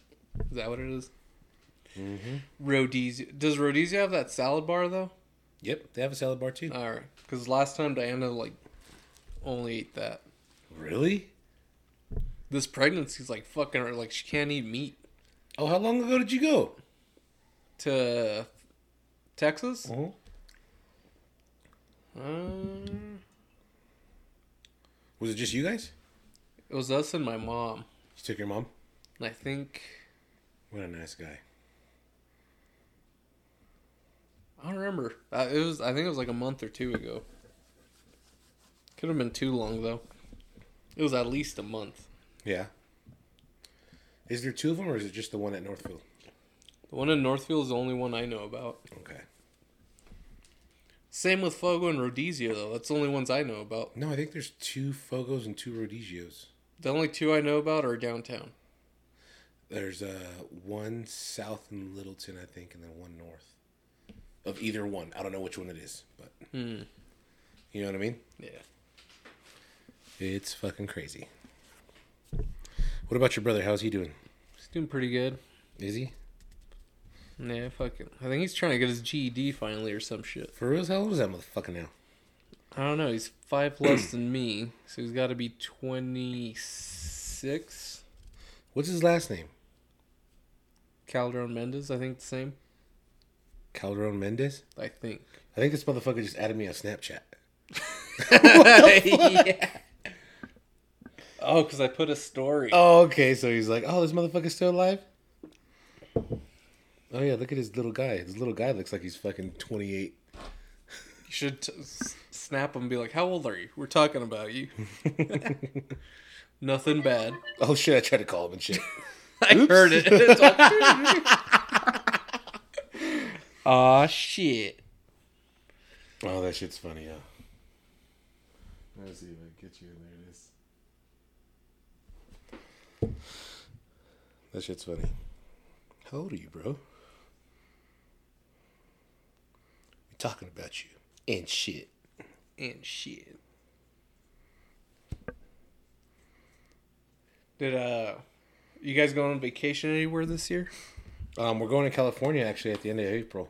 S2: Is that what it is? Rodizio. Does Rodizio have that salad bar though?
S1: Yep, they have a salad bar too.
S2: All right, because last time Diana like only ate that.
S1: really?
S2: This pregnancy's like fucking her. Like she can't eat meat
S1: Oh, how long ago did you go?
S2: to Texas.
S1: Uh-huh.
S2: Um,
S1: Was it just you guys?
S2: it was us and my mom,
S1: You took your mom?
S2: and I think
S1: What a nice guy.
S2: I don't remember. Uh, it was I think it was like a month or two ago. Could have been too long though. It was at least a month.
S1: Yeah. Is there two of them, or is it just the one at Northfield?
S2: The one in Northfield is the only one I know about.
S1: Okay.
S2: Same with Fogo and Rodizio though. That's the only ones I know about.
S1: No, I think there's two Fogos and two Rodigios.
S2: The only two I know about are downtown.
S1: There's uh, one south in Littleton, I think, and then one north. Of either one, I don't know which one it is, but you know what I mean.
S2: Yeah.
S1: It's fucking crazy. What about your brother? How's he doing?
S2: He's doing pretty good.
S1: Is he
S2: Yeah, fucking. I think he's trying to get his GED finally or some shit.
S1: for real? How old is that motherfucker now?
S2: I don't know. He's *clears throat* five less than me, so he's got to be 26.
S1: What's his last name?
S2: Calderon Mendez, I think the same.
S1: Calderon Mendez.
S2: I *laughs* think.
S1: I think this motherfucker just added me on Snapchat.
S2: yeah. Oh, because I put a story.
S1: Oh, okay. So he's like, oh, this motherfucker's still alive? Oh, yeah. Look at his little guy. His little guy looks like he's fucking 28.
S2: You should t- s- snap him and be like, How old are you? We're talking about *laughs* you. Nothing bad.
S1: Oh, shit. I tried to call him and shit.
S2: *laughs* I heard it. *laughs* Aw, shit.
S1: oh, that shit's funny, huh? Let's see if I can get you in there. It is. That shit's funny. How old are you, bro? We're talking about you and shit.
S2: And shit. Did, uh, you guys go on vacation anywhere this year?
S1: Um, we're going to California actually at the end of April.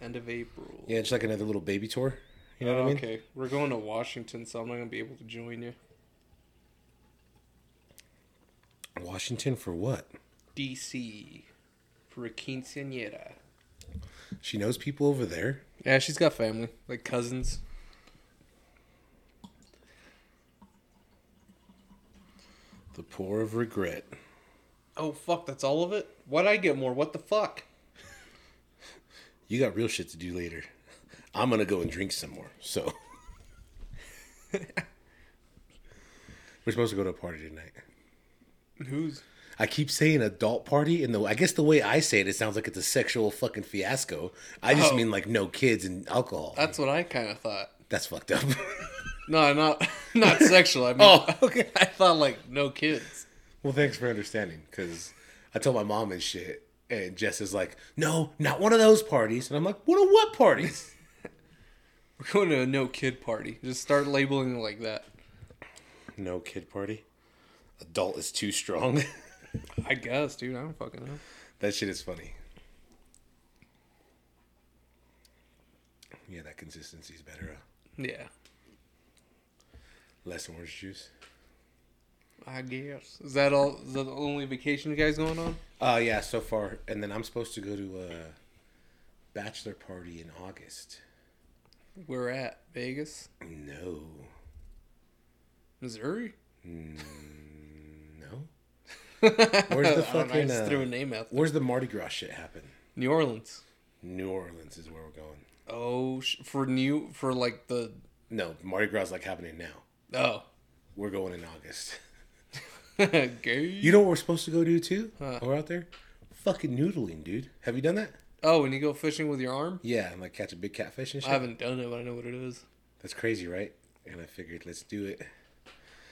S2: End of April.
S1: Yeah, it's like another little baby tour. You know what I mean?
S2: Okay, we're going to Washington, so I'm not gonna be able to join you.
S1: Washington for what?
S2: DC for a quinceañera.
S1: She knows people over there.
S2: Yeah, she's got family, like cousins.
S1: The poor of regret.
S2: Oh fuck, that's all of it. Why'd I get more? What the fuck?
S1: You got real shit to do later. I'm gonna go and drink some more. So *laughs* we're supposed to go to a party tonight.
S2: Who's?
S1: I keep saying adult party, and the I guess the way I say it, it sounds like it's a sexual fucking fiasco. I just
S2: Oh.
S1: mean like no kids and alcohol.
S2: That's what I kind of thought.
S1: That's fucked up. *laughs*
S2: No, not *laughs* not sexual. I mean,
S1: Oh, okay.
S2: *laughs* I thought like no kids.
S1: Well, thanks for understanding, because I told my mom and shit, and Jess is like, "No, not one of those parties." And I'm like, "One of what parties?"
S2: We're going to a no kid party. Just start labeling it like that.
S1: *laughs* no kid party. Adult is too strong. *laughs*
S2: I guess, dude. I don't fucking know.
S1: that shit is funny. Yeah, that consistency is better. Uh,
S2: Yeah.
S1: less orange juice.
S2: I guess. Is that all? Is that the only vacation you guys going on?
S1: Uh yeah, so far. And then I'm supposed to go to a bachelor party in August.
S2: We're at Vegas,
S1: No.
S2: Missouri.
S1: No. *laughs* Where's the
S2: I don't know, I
S1: fucking
S2: just threw a
S1: uh,
S2: name out. There.
S1: Where's the Mardi Gras shit happen?
S2: New Orleans.
S1: New Orleans is where we're going.
S2: Oh, sh- for new for like the
S1: No, Mardi Gras is like happening now.
S2: oh, *laughs*
S1: We're going in August. *laughs*
S2: gay.
S1: You know what we're supposed to go do too?
S2: Huh.
S1: We're out there, fucking noodling, dude. Have you done that?
S2: oh, and you go fishing with your arm.
S1: Yeah, and like catch a big catfish and
S2: I
S1: shit.
S2: haven't done it, but I know what it is.
S1: That's crazy, right? And I figured, let's do it.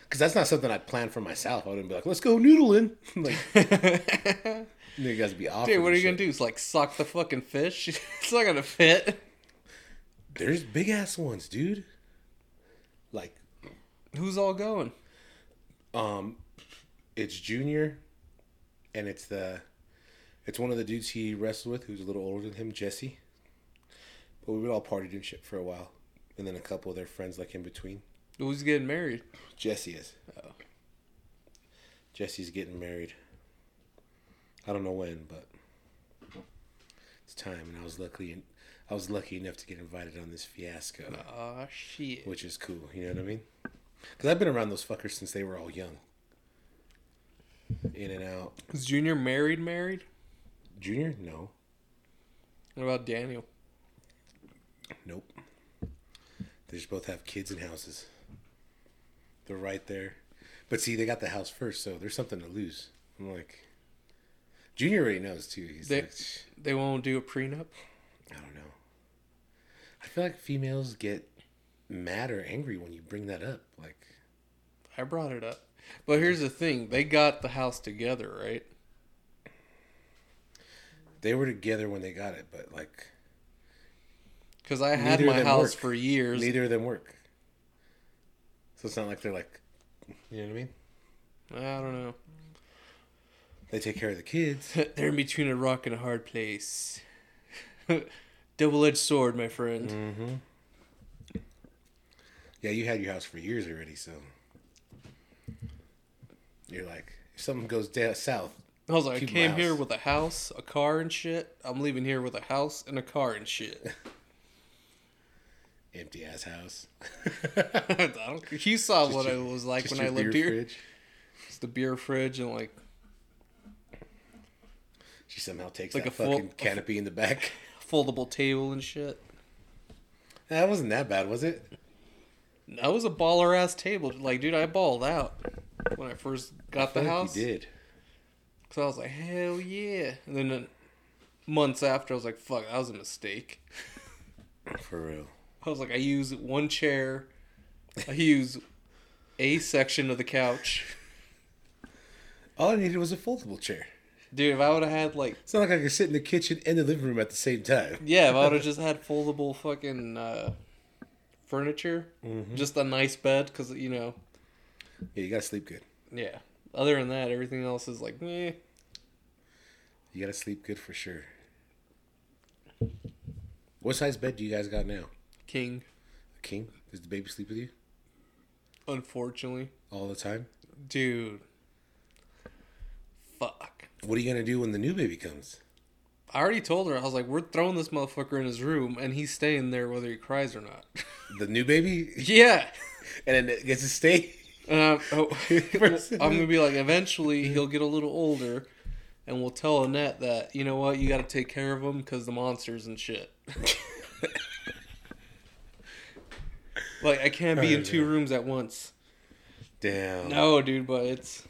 S1: Because that's not something I'd plan for myself. I wouldn't be like, let's go noodling. *laughs* like,
S2: *laughs*
S1: you guys would be off.
S2: Dude, what are you gonna do? Is like sock the fucking fish? *laughs* it's not gonna fit.
S1: There's big ass ones, dude. Like,
S2: Who's all going?
S1: um, it's Junior, and it's the, it's one of the dudes he wrestled with who's a little older than him, Jesse. But we would all partied and shit for a while, and then a couple of their friends like in between.
S2: Who's getting married?
S1: Jesse is.
S2: Oh.
S1: Jesse's getting married. I don't know when, but it's time. And I was lucky. I was lucky enough to get invited on this fiasco,
S2: Ah shit.
S1: which is cool. You know what I mean? Because I've been around those fuckers since they were all young. In and out.
S2: Is Junior married? Married?
S1: Junior? No.
S2: What about Daniel?
S1: Nope. They just both have kids and houses. They're right there. But see, they got the house first, so there's something to lose. I'm like, Junior already knows too. He's
S2: They-
S1: like, "Shh,
S2: They won't do a prenup.
S1: I don't know. I feel like females get mad or angry when you bring that up. Like,
S2: I brought it up. But here's the thing: they got the house together, right?
S1: they were together when they got it, but like,
S2: Because I had
S1: Neither of
S2: my
S1: them
S2: house
S1: work.
S2: for years.
S1: neither of them work. So it's not like they're like, you know what I mean?
S2: I don't know. *laughs*
S1: They take care of the kids.
S2: They're in between a rock and a hard place. *laughs* Double-edged sword, my friend.
S1: Mm. Yeah, you had your house for years already, so you're like, if something goes down south,
S2: I was like,
S1: Keep
S2: I
S1: my
S2: came here
S1: house.
S2: with a house, a car, and shit. I'm leaving here with a house and a car and shit.
S1: empty ass house.
S2: I *laughs* don't, you saw what I was *laughs* like
S1: Just
S2: when I
S1: your beer
S2: lived here.
S1: fridge.
S2: It's the beer fridge and like
S1: She somehow takes
S2: Like
S1: that
S2: a full-
S1: fucking canopy in the back. *laughs*
S2: foldable table and shit.
S1: That wasn't that bad, was it?
S2: That was a baller ass table. Like, dude, I balled out when I first got the
S1: I feel like
S2: house.
S1: You did.
S2: So I was like, hell yeah. And then uh, months after, I was like, fuck, that was a mistake.
S1: For real.
S2: I was like, I use one chair, I use a section of the couch.
S1: All I needed was a foldable chair.
S2: Dude, if I would have had like,
S1: It's not like I could sit in the kitchen and the living room at the same time.
S2: yeah, if I would have just had foldable fucking uh, furniture,
S1: Mm-hmm.
S2: just a nice bed, because, you know,
S1: Yeah, you gotta sleep good.
S2: yeah. Other than that, everything else is like, meh.
S1: You gotta sleep good for sure. What size bed do you guys got now?
S2: King,
S1: A king? Does the baby sleep with you
S2: unfortunately.
S1: all the time?
S2: Dude. Fuck.
S1: What are you gonna do when the new baby comes?
S2: I already told her, I was like, we're throwing this motherfucker in his room, and he's staying there whether he cries or not. *laughs*
S1: The new baby, *laughs*
S2: yeah.
S1: and then it gets to stay.
S2: And I'm, oh, *laughs* I'm gonna be like, eventually he'll get a little older, and we'll tell Annette that you know what, you got to take care of him because the monsters and *laughs* shit. like I can't be in two rooms at once.
S1: Damn.
S2: No, dude, but it's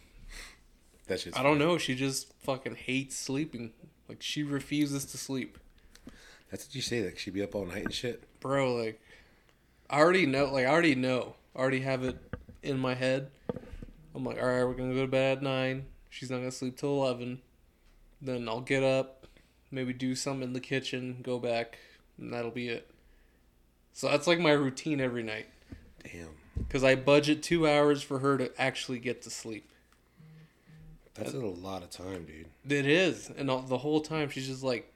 S1: That shit's.
S2: I don't know. She just fucking hates sleeping. Like she refuses to sleep,
S1: That's what you say. Like she'd be up all night and shit.
S2: bro. Like I already know. Like I already know. I already have it in my head. I'm like, all right, we're gonna go to bed at nine. She's not gonna sleep till eleven. Then I'll get up, maybe do something in the kitchen, go back, and that'll be it. So that's like my routine every night
S1: Damn.
S2: because I budget two hours for her to actually get to sleep.
S1: That's a lot of time, dude.
S2: It is, and all, the whole time she's just like,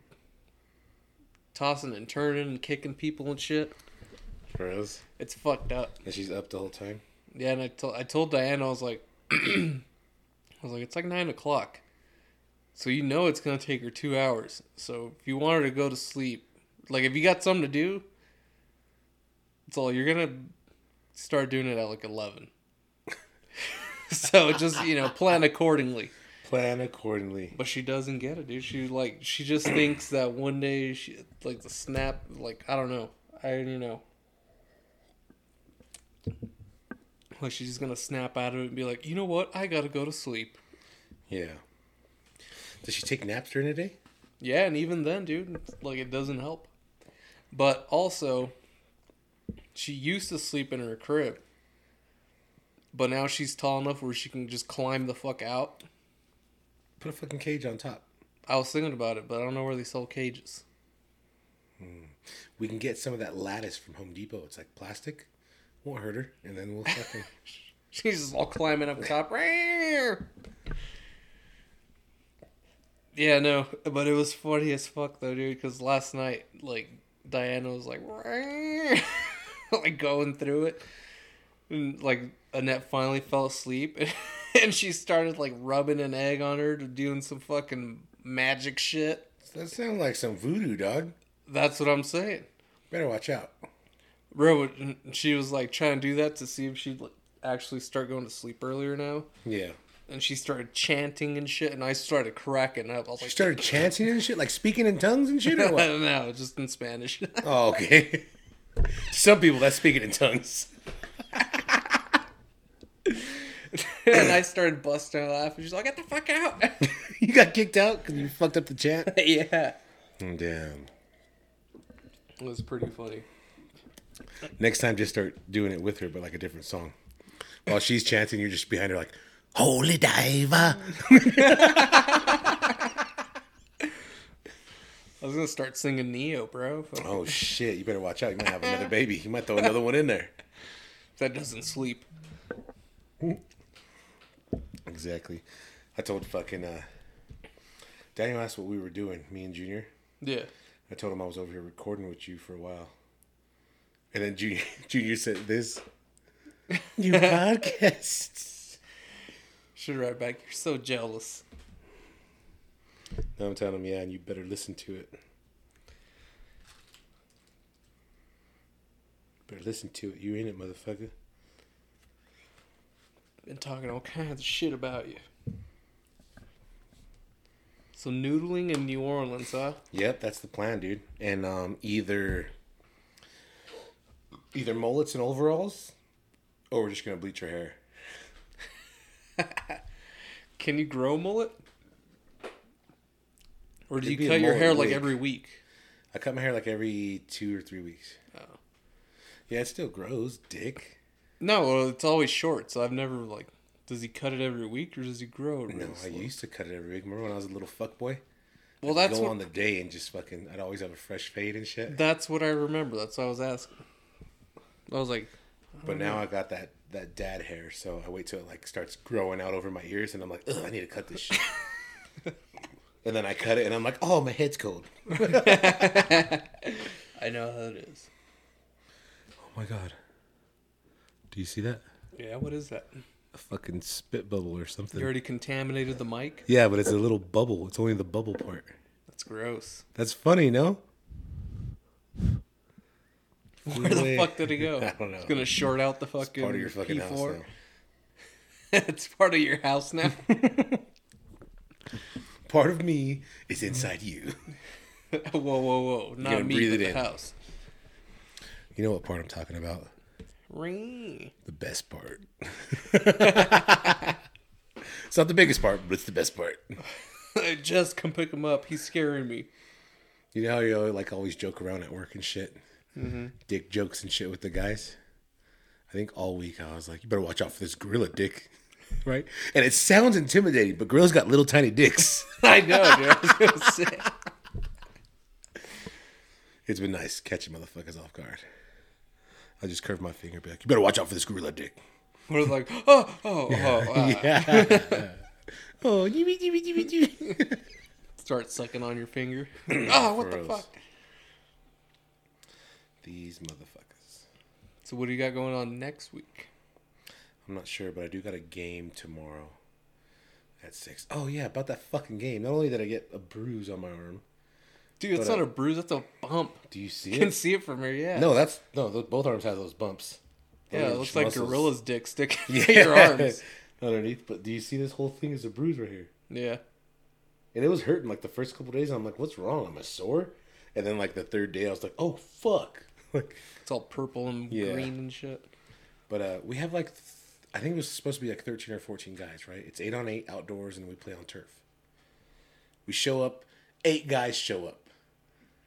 S2: tossing and turning and kicking people and shit.
S1: Bros.
S2: It's fucked up.
S1: And she's up the whole time.
S2: Yeah, and I told I told Diana I was like, *clears throat* I was like, it's like nine o'clock, so you know it's gonna take her two hours. So if you want her to go to sleep, like if you got something to do, it's all you're gonna start doing it at like eleven. *laughs* so just you know plan accordingly.
S1: Plan accordingly.
S2: But she doesn't get it, dude. She like she just thinks that one day she like the snap like I don't know. I don't even know. Like she's just gonna snap out of it and be like, you know what? I gotta go to sleep.
S1: Yeah. Does she take naps during the day?
S2: Yeah, and even then, dude, like it doesn't help. But also, she used to sleep in her crib. But now she's tall enough where she can just climb the fuck out.
S1: Put a fucking cage on top.
S2: I was thinking about it, but I don't know where they sell cages.
S1: We can get some of that lattice from Home Depot. It's like plastic. Won't hurt her. And then we'll
S2: *laughs*
S1: fucking.
S2: She's just all climbing up top. Rawr. yeah, no, but it was funny as fuck though, dude. Because last night, like Diana was like, *laughs* "Rawr," like going through it, and like Annette finally fell asleep, *laughs* and she started like rubbing an egg on her, doing some fucking magic shit.
S1: that sounds like some voodoo, dog.
S2: That's what I'm saying.
S1: Better watch out.
S2: Bro, and she was like trying to do that to see if she'd like, actually start going to sleep earlier now.
S1: Yeah.
S2: and she started chanting and shit, and I started cracking up. I was
S1: She
S2: like, *laughs*
S1: started chanting and shit, like speaking in tongues and shit, or
S2: I
S1: what?
S2: don't know, just in Spanish.
S1: Oh, okay. *laughs* Some people that's speaking in tongues.
S2: *laughs* and I started busting her laugh, and she's like, get the
S1: *laughs*
S2: fuck out.
S1: You got kicked out because you fucked up the chant.
S2: yeah.
S1: Oh, Damn.
S2: It was pretty funny.
S1: Next time, just start doing it with her, but like a different song. While she's chanting, you're just behind her, like, Holy Diva.
S2: I was gonna start singing Neo, bro. Fuck,
S1: Oh, shit. You better watch out. You might have another baby. You *laughs* might throw another one in there.
S2: That doesn't sleep.
S1: Exactly. I told fucking, uh, Daniel asked what we were doing, me and Junior.
S2: Yeah.
S1: I told him I was over here recording with you for a while. And then Junior, *laughs* Junior said this. *laughs* Your podcast.
S2: Should write back. You're so jealous.
S1: Now I'm telling him, yeah, and you better listen to it. Better listen to it. You in it, motherfucker.
S2: Been talking all kinds of shit about you. So noodling in New Orleans, huh?
S1: Yep, that's the plan, dude. And um, either either mullets and overalls, or we're just gonna bleach our hair.
S2: Can you grow mullet? Or do
S1: It'd be
S2: you
S1: a
S2: cut your hair
S1: mullet
S2: like
S1: wig.
S2: every week?
S1: I cut my hair like every two or three weeks.
S2: Oh.
S1: Yeah, it still grows, dick.
S2: No, well, it's always short, so I've never like. Does he cut it every week or does he grow it?
S1: No,
S2: Really
S1: I
S2: slow?
S1: used to cut it every week. Remember when I was a little fuck boy?
S2: well, that's
S1: go
S2: what
S1: on the day and just fucking. I'd always have a fresh fade and shit.
S2: that's what I remember. That's what I was asking. I was like,
S1: But now I got that that dad hair, so I wait till it like starts growing out over my ears, and I'm like, ugh, I need to cut this *laughs* shit. and then I cut it, and I'm like, oh, my head's cold. oh
S2: I know how it is.
S1: Oh my god. Do you see that?
S2: Yeah, what is that?
S1: A fucking spit bubble or something.
S2: You already contaminated the mic.
S1: Yeah, but it's a little bubble. It's only the bubble part.
S2: That's
S1: *laughs*
S2: gross.
S1: That's funny, no?
S2: Where the fuck did it go?
S1: *laughs* I don't know.
S2: It's gonna short out the fucking.
S1: Part of your fucking house
S2: P4.
S1: now.
S2: *laughs* it's part of your
S1: *laughs*
S2: house now. *laughs*
S1: Part of me is inside you.
S2: whoa, whoa, whoa! Not
S1: gotta
S2: me,
S1: breathe
S2: but
S1: it
S2: the
S1: in.
S2: house.
S1: You know what part I'm talking about?
S2: Ring.
S1: The best part. *laughs* it's not the biggest part, but it's the best part.
S2: Just come pick him up. He's scaring me.
S1: You know how you like always joke around at work and shit, dick jokes and shit with the guys. I think all week I was like, "You better watch out for this gorilla dick," right? And it sounds intimidating, but gorillas got little tiny dicks. *laughs*
S2: I know, dude. I was gonna say.
S1: it's been nice catching motherfuckers off guard. I just curved my finger back. You better watch out for this gorilla dick. *laughs*
S2: We're like, oh, oh, oh. ah.
S1: Yeah. oh, yibby, yibby, yibby, yibby.
S2: *clears throat* Start sucking on your finger. oh, what the
S1: Gross.
S2: fuck?
S1: *laughs* These motherfuckers.
S2: So what do you got going on next week?
S1: I'm not sure, but I do got a game tomorrow at six. Oh yeah, about that fucking game. Not only did I get a bruise on my arm,
S2: Dude, it's
S1: But,
S2: not a bruise. That's a bump.
S1: do you see
S2: You can
S1: it?
S2: see it from here. Yeah.
S1: No, that's no. Those, both arms have those bumps.
S2: Yeah, it
S1: Those
S2: looks like
S1: muscles. *laughs*
S2: gorilla's dick sticking to your arms.
S1: underneath. But do you see this whole thing is a bruise right here?
S2: Yeah.
S1: And it was hurting like the first couple days. I'm like, what's wrong? Am I sore? And then like the third day, I was like, oh fuck. *laughs* Like,
S2: It's all purple and
S1: Yeah.
S2: green and shit. *laughs*
S1: but uh, we have like, th- I think it was supposed to be like 13 or 14 guys, right? It's eight on eight outdoors, and we play on turf. We show up, eight guys show up.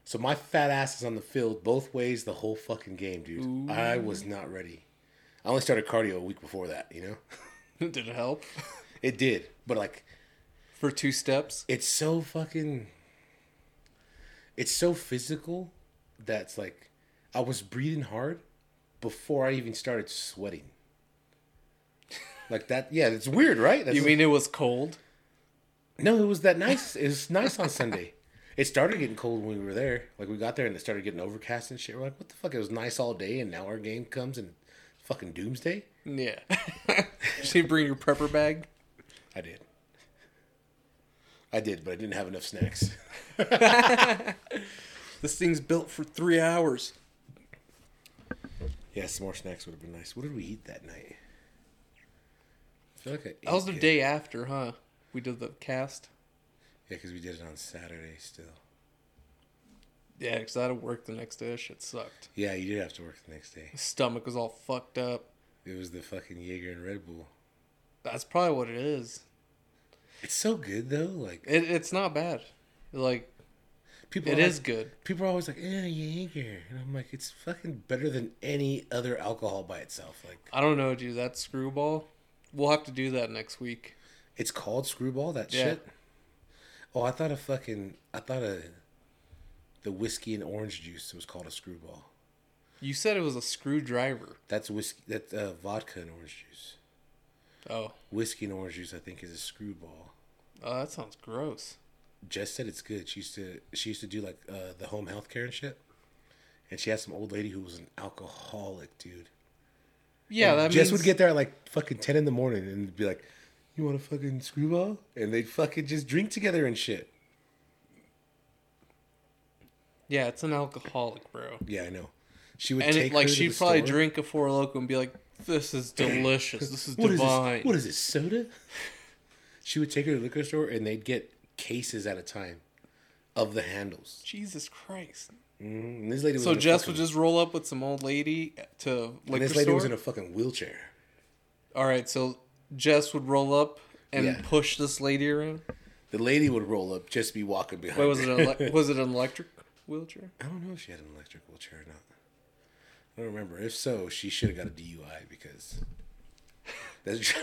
S1: So my fat ass is on the field both ways the whole fucking game, dude. I was not ready. I only started cardio a week before that, you know.
S2: Did it help? *laughs*
S1: It did, but like
S2: For two steps?
S1: it's so fucking it's so physical that's like i was breathing hard before i even started sweating like that yeah it's weird right That's
S2: You mean it was cold?
S1: no it was that nice it was nice on sunday it started getting cold when we were there like we got there and it started getting overcast and shit we're like what the fuck it was nice all day and now our game comes and fucking doomsday *laughs*
S2: Yeah. *laughs* Did you bring your prepper bag?
S1: i did i did but i didn't have enough snacks
S2: This thing's built for three hours.
S1: Yeah, some more snacks would have been nice. What did we eat that night? I feel like I
S2: That was
S1: ate
S2: the
S1: good.
S2: day after, huh? We did the cast.
S1: Yeah, because we did it on Saturday still.
S2: Yeah, because I had to work the next day. That shit sucked.
S1: Yeah, you did have to work the next day.
S2: My stomach was all fucked up.
S1: It was the fucking Jaeger and Red Bull.
S2: That's probably what it is.
S1: It's so good though. Like
S2: It, it's not bad. Like,
S1: people,
S2: it
S1: are
S2: is
S1: like-
S2: good.
S1: People are always like, "Eh, Jaeger," and I'm like, "It's fucking better than any other alcohol by itself." Like
S2: I don't know, dude. That screwball, we'll have to do that next week.
S1: it's called Screwball. That
S2: Yeah.
S1: shit. Oh, I thought a fucking I thought a the whiskey and orange juice was called a Screwball.
S2: You said it was a screwdriver.
S1: That's whiskey. That's uh, vodka and orange juice.
S2: Oh,
S1: Whiskey and orange juice, I think, is a screwball.
S2: oh, that sounds gross.
S1: Jess said it's good. She used to she used to do like uh, the home health care and shit. And she had some old lady who was an alcoholic, dude.
S2: Yeah, that
S1: Jess
S2: means
S1: would get there at like fucking ten in the morning and be like, "You want a fucking screwball?" And they'd fucking just drink together and shit.
S2: Yeah, it's an alcoholic, bro.
S1: Yeah, I know. She would
S2: And
S1: take
S2: it, like
S1: her to
S2: she'd
S1: the
S2: probably
S1: store.
S2: drink a four loco and be like, "This is delicious. This
S1: *laughs*
S2: is
S1: What is
S2: divine."
S1: this? What is this soda? she would take her to the liquor store and they'd get cases at a time of the handles.
S2: Jesus Christ!
S1: Mhm. And this lady was
S2: So
S1: in a
S2: Jess
S1: fucking-
S2: would just roll up with some old lady to
S1: and
S2: liquor
S1: this lady
S2: store.
S1: was in a fucking wheelchair.
S2: All right, so Jess would roll up and
S1: Yeah.
S2: push this lady around.
S1: The lady would roll up, just be walking behind.
S2: Wait, was it
S1: her.
S2: an ele- was it an electric wheelchair?
S1: *laughs* I don't know if she had an electric wheelchair or not. I don't remember. If so, she should have got a DUI because that's *laughs*
S2: It's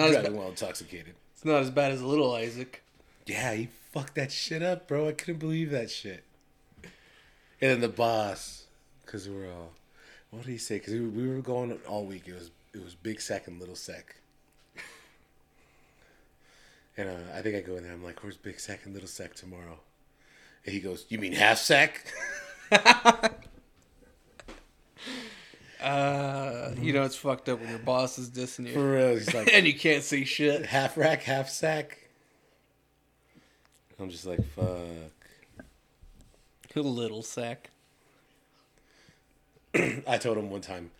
S2: not as
S1: driving
S2: ba-
S1: while intoxicated.
S2: it's not as bad as Little Isaac.
S1: Yeah, he fucked that shit up, bro. I couldn't believe that shit. And then the boss, because we were all, what did he say? Because we, we were going all week. It was it was big sack and little sack. And uh, I think I go in there. I'm like, where's big sack and little sack tomorrow? And he goes, you mean half sack?
S2: Uh, you know it's fucked up when your boss is dissing you,
S1: *laughs* Mm-hmm. For real. He's like
S2: *laughs* and you can't say shit. *laughs*
S1: half rack, half sack. I'm just like, fuck.
S2: Little sack.
S1: I told him one time.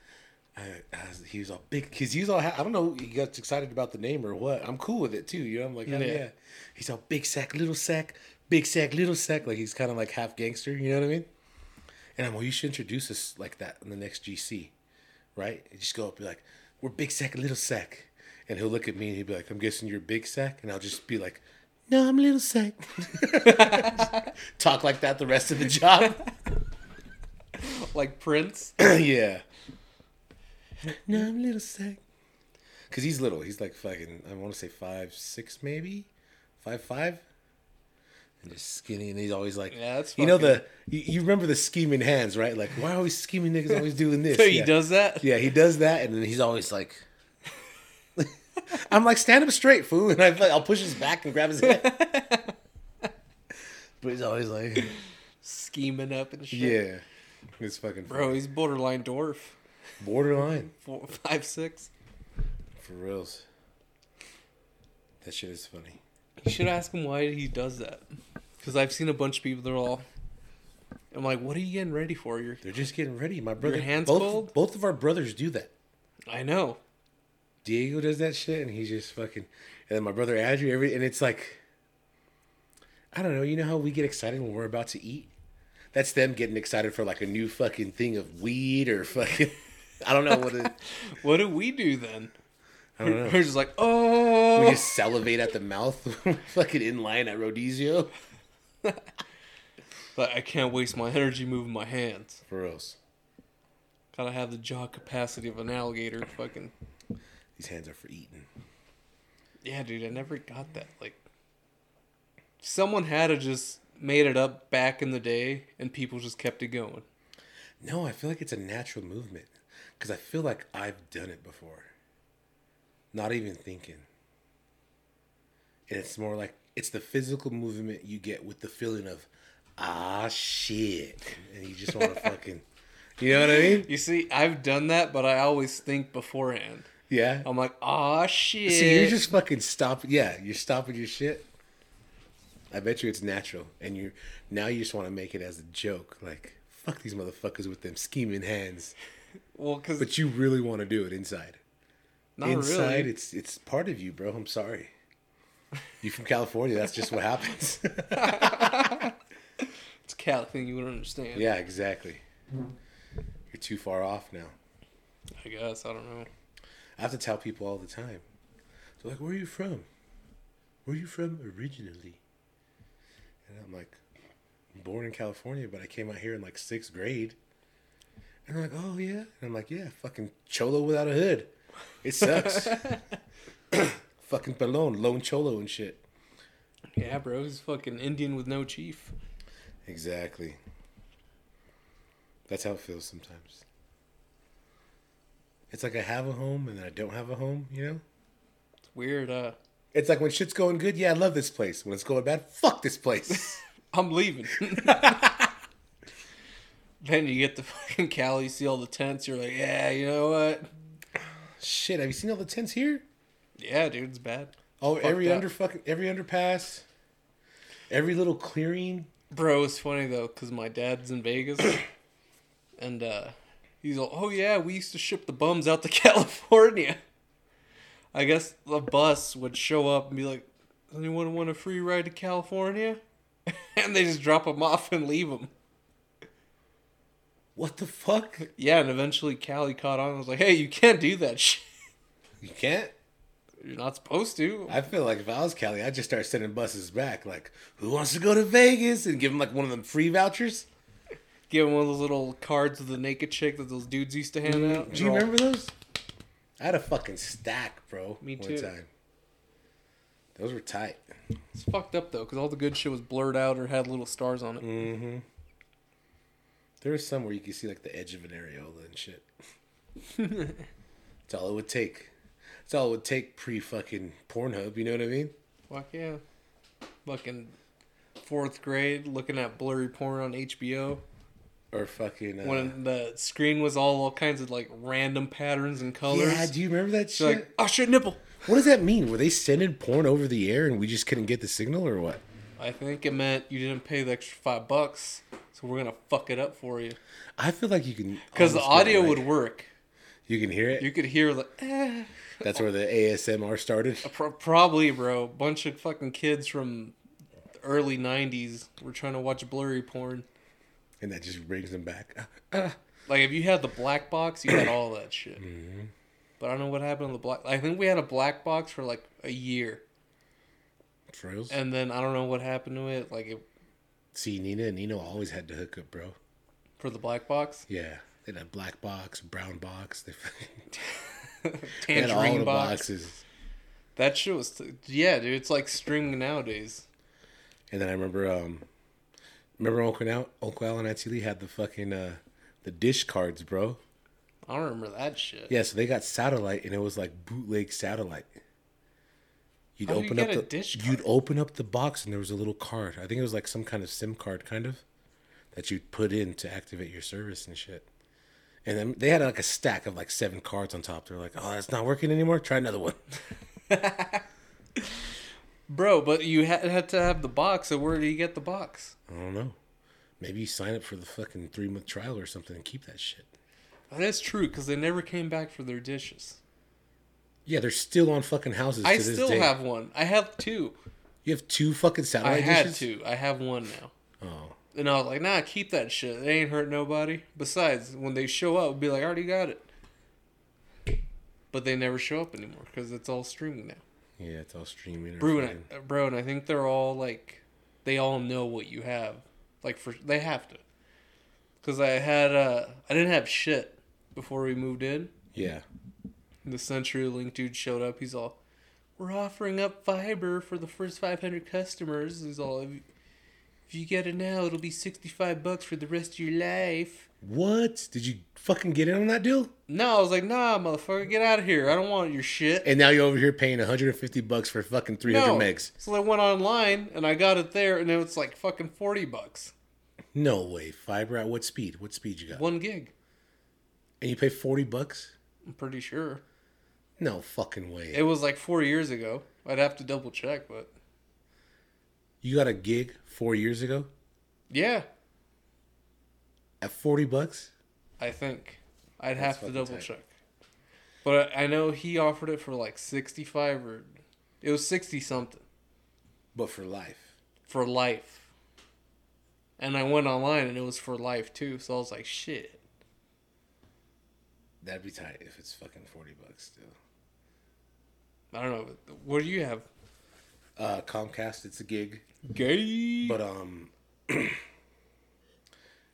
S1: I, I was- he was all big because he was all. ha- I don't know. He got excited about the name or what. I'm cool with it too. You know. I'm like, oh,
S2: Yeah.
S1: yeah. He's all big sack, little sack, big sack, little sack. Like he's kind of like half gangster. You know what I mean? And I'm well. You should introduce us like that in the next GC, right? You just go up, be like, we're big sack, little sack, and he'll look at me and he'll be like, I'm guessing you're big sack, and I'll just be like, No, I'm little sack. *laughs* Talk like that the rest of the job.
S2: Like Prince.
S1: *clears throat* yeah. No, I'm little sack. Cause he's little. He's like fucking. I want to say five six maybe, five five. And just skinny, and he's always like,
S2: Yeah, that's
S1: you know
S2: fucking-
S1: the you, you remember the scheming hands, right? Like why are we scheming niggas always doing this?
S2: So *laughs*
S1: *laughs*
S2: he
S1: yeah.
S2: does that.
S1: Yeah, he does that, and then he's always like, *laughs* I'm like stand up straight, fool, *laughs* and I like I'll push his back and grab his
S2: *laughs*
S1: head. but he's always like,
S2: Scheming up and shit.
S1: yeah. It's fucking
S2: Bro, he's borderline dwarf.
S1: borderline
S2: Four, five, six.
S1: for reals. That shit is funny.
S2: You should ask him why he does that. Because I've seen a bunch of people, they're all. I'm like, what are you getting ready for? You're,
S1: They're just getting ready. My brother,
S2: hand's
S1: both,
S2: cold?
S1: both of our brothers do that.
S2: I know.
S1: Diego does that shit, and he's just fucking. And then my brother Andrew, every and it's like, I don't know. You know how we get excited when we're about to eat? That's them getting excited for like a new fucking thing of weed or fucking. *laughs* I don't know what it.
S2: What do we do then?
S1: I don't know.
S2: *laughs* We're just like, oh.
S1: We just salivate at the mouth, *laughs* when we're fucking in line at Rodizio.
S2: But I can't waste my energy moving my hands.
S1: For reals,
S2: Gotta have the jaw capacity of an alligator. Fucking.
S1: these hands are for eating.
S2: Yeah, dude, I never got that. Like, someone had to just made it up back in the day, and people just kept it going.
S1: No, I feel like it's a natural movement because I feel like I've done it before. Not even thinking. And it's more like it's the physical movement you get with the feeling of, ah, shit. And you just want to fucking, you know what I mean?
S2: You see, I've done that, but I always think beforehand.
S1: Yeah.
S2: I'm like, ah, shit.
S1: See, you're just fucking stopping. Yeah, you're stopping your shit. I bet you it's natural. And you're now you just want to make it as a joke. Like, fuck these motherfuckers with them scheming hands.
S2: well, because
S1: But you really want to do it inside.
S2: not
S1: inside
S2: really.
S1: it's it's part of you bro i'm sorry you from california that's just what happens *laughs*
S2: It's a Cal thing you wouldn't understand.
S1: yeah exactly you're too far off now
S2: I guess I don't know.
S1: i have to tell people all the time they're like where are you from where are you from originally and i'm like born in california but i came out here in like sixth grade and they're like oh yeah and i'm like yeah fucking cholo without a hood it sucks *clears throat* fucking balone lone cholo and shit
S2: Yeah, bro, he's fucking Indian with no chief.
S1: Exactly. That's how it feels sometimes. It's like I have a home and then I don't have a home, you know?
S2: It's weird. Uh,
S1: It's like when shit's going good, yeah, I love this place. When it's going bad, fuck this place.
S2: I'm leaving. *laughs* then you get the fucking Cali, you see all the tents. You're like, yeah, you know what?
S1: Shit, have you seen all the tents here?
S2: Yeah, dude, it's bad.
S1: Oh, every
S2: up.
S1: under fucking every underpass, every little clearing.
S2: Bro, it's funny though, cause my dad's in Vegas, *coughs* and uh, he's like, "Oh yeah, we used to ship the bums out to *laughs* California." I guess the bus would show up and be like, "Anyone want a free ride to California?" *laughs* and they just drop them off and leave them.
S1: What the fuck?
S2: Yeah, and eventually Cali caught on. and was like, "Hey, you can't do that *laughs* shit.
S1: You can't?
S2: You're not supposed to."
S1: I feel like if I was Cali, I'd just start sending buses back. Like, who wants to go to Vegas? And give them like one of them free vouchers.
S2: Give him one of those little cards with the naked chick that those dudes used to hand out.
S1: Mm, Do you remember those? I had a fucking stack, bro.
S2: Me too.
S1: Those were tight.
S2: It's fucked up though, because all the good shit was blurred out or had little stars
S1: Mm.
S2: on it.
S1: There was some where you could see like the edge of an areola and shit. That's all it would take. That's all it would take pre fucking Pornhub. You know what I mean?
S2: Fuck yeah. Fucking fourth grade looking at blurry porn on HBO
S1: Or fucking. Uh,
S2: when the screen was all, all kinds of like random patterns and colors.
S1: yeah. Do you remember that
S2: You're
S1: shit?
S2: like, oh shit, nipple.
S1: what does that mean? Were they sending porn over the air and we just couldn't get the signal or what?
S2: I think it meant you didn't pay the extra five bucks, so we're gonna fuck it up for you.
S1: I feel like you can
S2: Because the
S1: almost get, Oh,
S2: audio
S1: like-
S2: would work.
S1: You can hear it.
S2: You could hear the eh.
S1: That's where the ASMR started.
S2: Pro- probably, bro. Bunch of fucking kids from the early '90s were trying to watch blurry porn.
S1: And that just brings them back. *laughs*
S2: Like if you had the black box, you had all
S1: *clears throat*
S2: that shit.
S1: Mm-hmm.
S2: But I don't know what happened to the black. I think we had a black box for like a year,
S1: Trails.
S2: and then I don't know what happened to it. Like it,
S1: See, Nina and Nino always had to hook up, bro.
S2: for the black box, *laughs*
S1: Yeah. They had a black box, brown box. They, *laughs* fucking- they had all
S2: tangerine
S1: the
S2: box.
S1: boxes.
S2: That shit was t- yeah, dude. It's like streaming nowadays.
S1: And then I remember, um, remember Uncle Al, Uncle Al and Auntie Lee had the fucking uh, the dish cards, bro.
S2: I don't remember that shit.
S1: Yeah, so they got satellite, and it was like bootleg satellite. You'd
S2: How do you
S1: open
S2: get
S1: up
S2: a
S1: the
S2: dish
S1: you'd open up the box, and there was a little card. I think it was like some kind of SIM card, kind of, that you put in to activate your service and shit. And then they had like a stack of like seven cards on top. They're like, "Oh, that's not working anymore. Try another one." *laughs*
S2: Bro, but you had, had to have the box, so where do you get the box?
S1: I don't know. Maybe you sign up for the fucking three month trial or something and keep that shit.
S2: That's true, because they never came back for their dishes.
S1: Yeah, they're still on fucking houses.
S2: I
S1: to this
S2: still
S1: day.
S2: have one. I have two.
S1: You have two fucking
S2: I
S1: satellite
S2: had
S1: dishes.
S2: two. I have one now.
S1: Oh,
S2: And I was like, nah, keep that shit. It ain't hurt nobody. Besides, when they show up, be like, I already got it. But they never show up anymore because it's all streaming now.
S1: yeah, it's all streaming. or
S2: Bro and,
S1: fucking-
S2: I, bro, and I think they're all like, they all know what you have. Like, for they have to. Because I had, uh, I didn't have shit before we moved in.
S1: Yeah,
S2: And the CenturyLink dude showed up. He's all, "We're offering up fiber for the first 500 customers." He's all, "If you, if you get it now, it'll be 65 bucks for the rest of your life."
S1: What? Did you fucking get in on that deal?
S2: No, I was like, "Nah, motherfucker, get out of here. I don't want your shit."
S1: And now you're over here paying 150 bucks for fucking 300
S2: no.
S1: megs.
S2: So I went online and I got it there, and it was like fucking 40 bucks,
S1: No way. Fiber at what speed? What speed you got?
S2: one gig.
S1: And you pay 40 bucks?
S2: I'm pretty sure
S1: No fucking way.
S2: it was like four years ago. I'd have to double check, but
S1: You got a gig four years ago
S2: yeah,
S1: at 40 bucks?
S2: I think. I'd
S1: That's
S2: have to
S1: fucking
S2: double
S1: tight.
S2: check. But I I know he offered it for like 65 or it was 60 something
S1: But for life.
S2: for life. And I went online and it was for life too. So I was like, shit.
S1: That'd be tight if it's fucking 40 bucks still.
S2: I don't know. What do you have?
S1: Uh, Comcast, it's a gig.
S2: Gay.
S1: But um, *clears throat*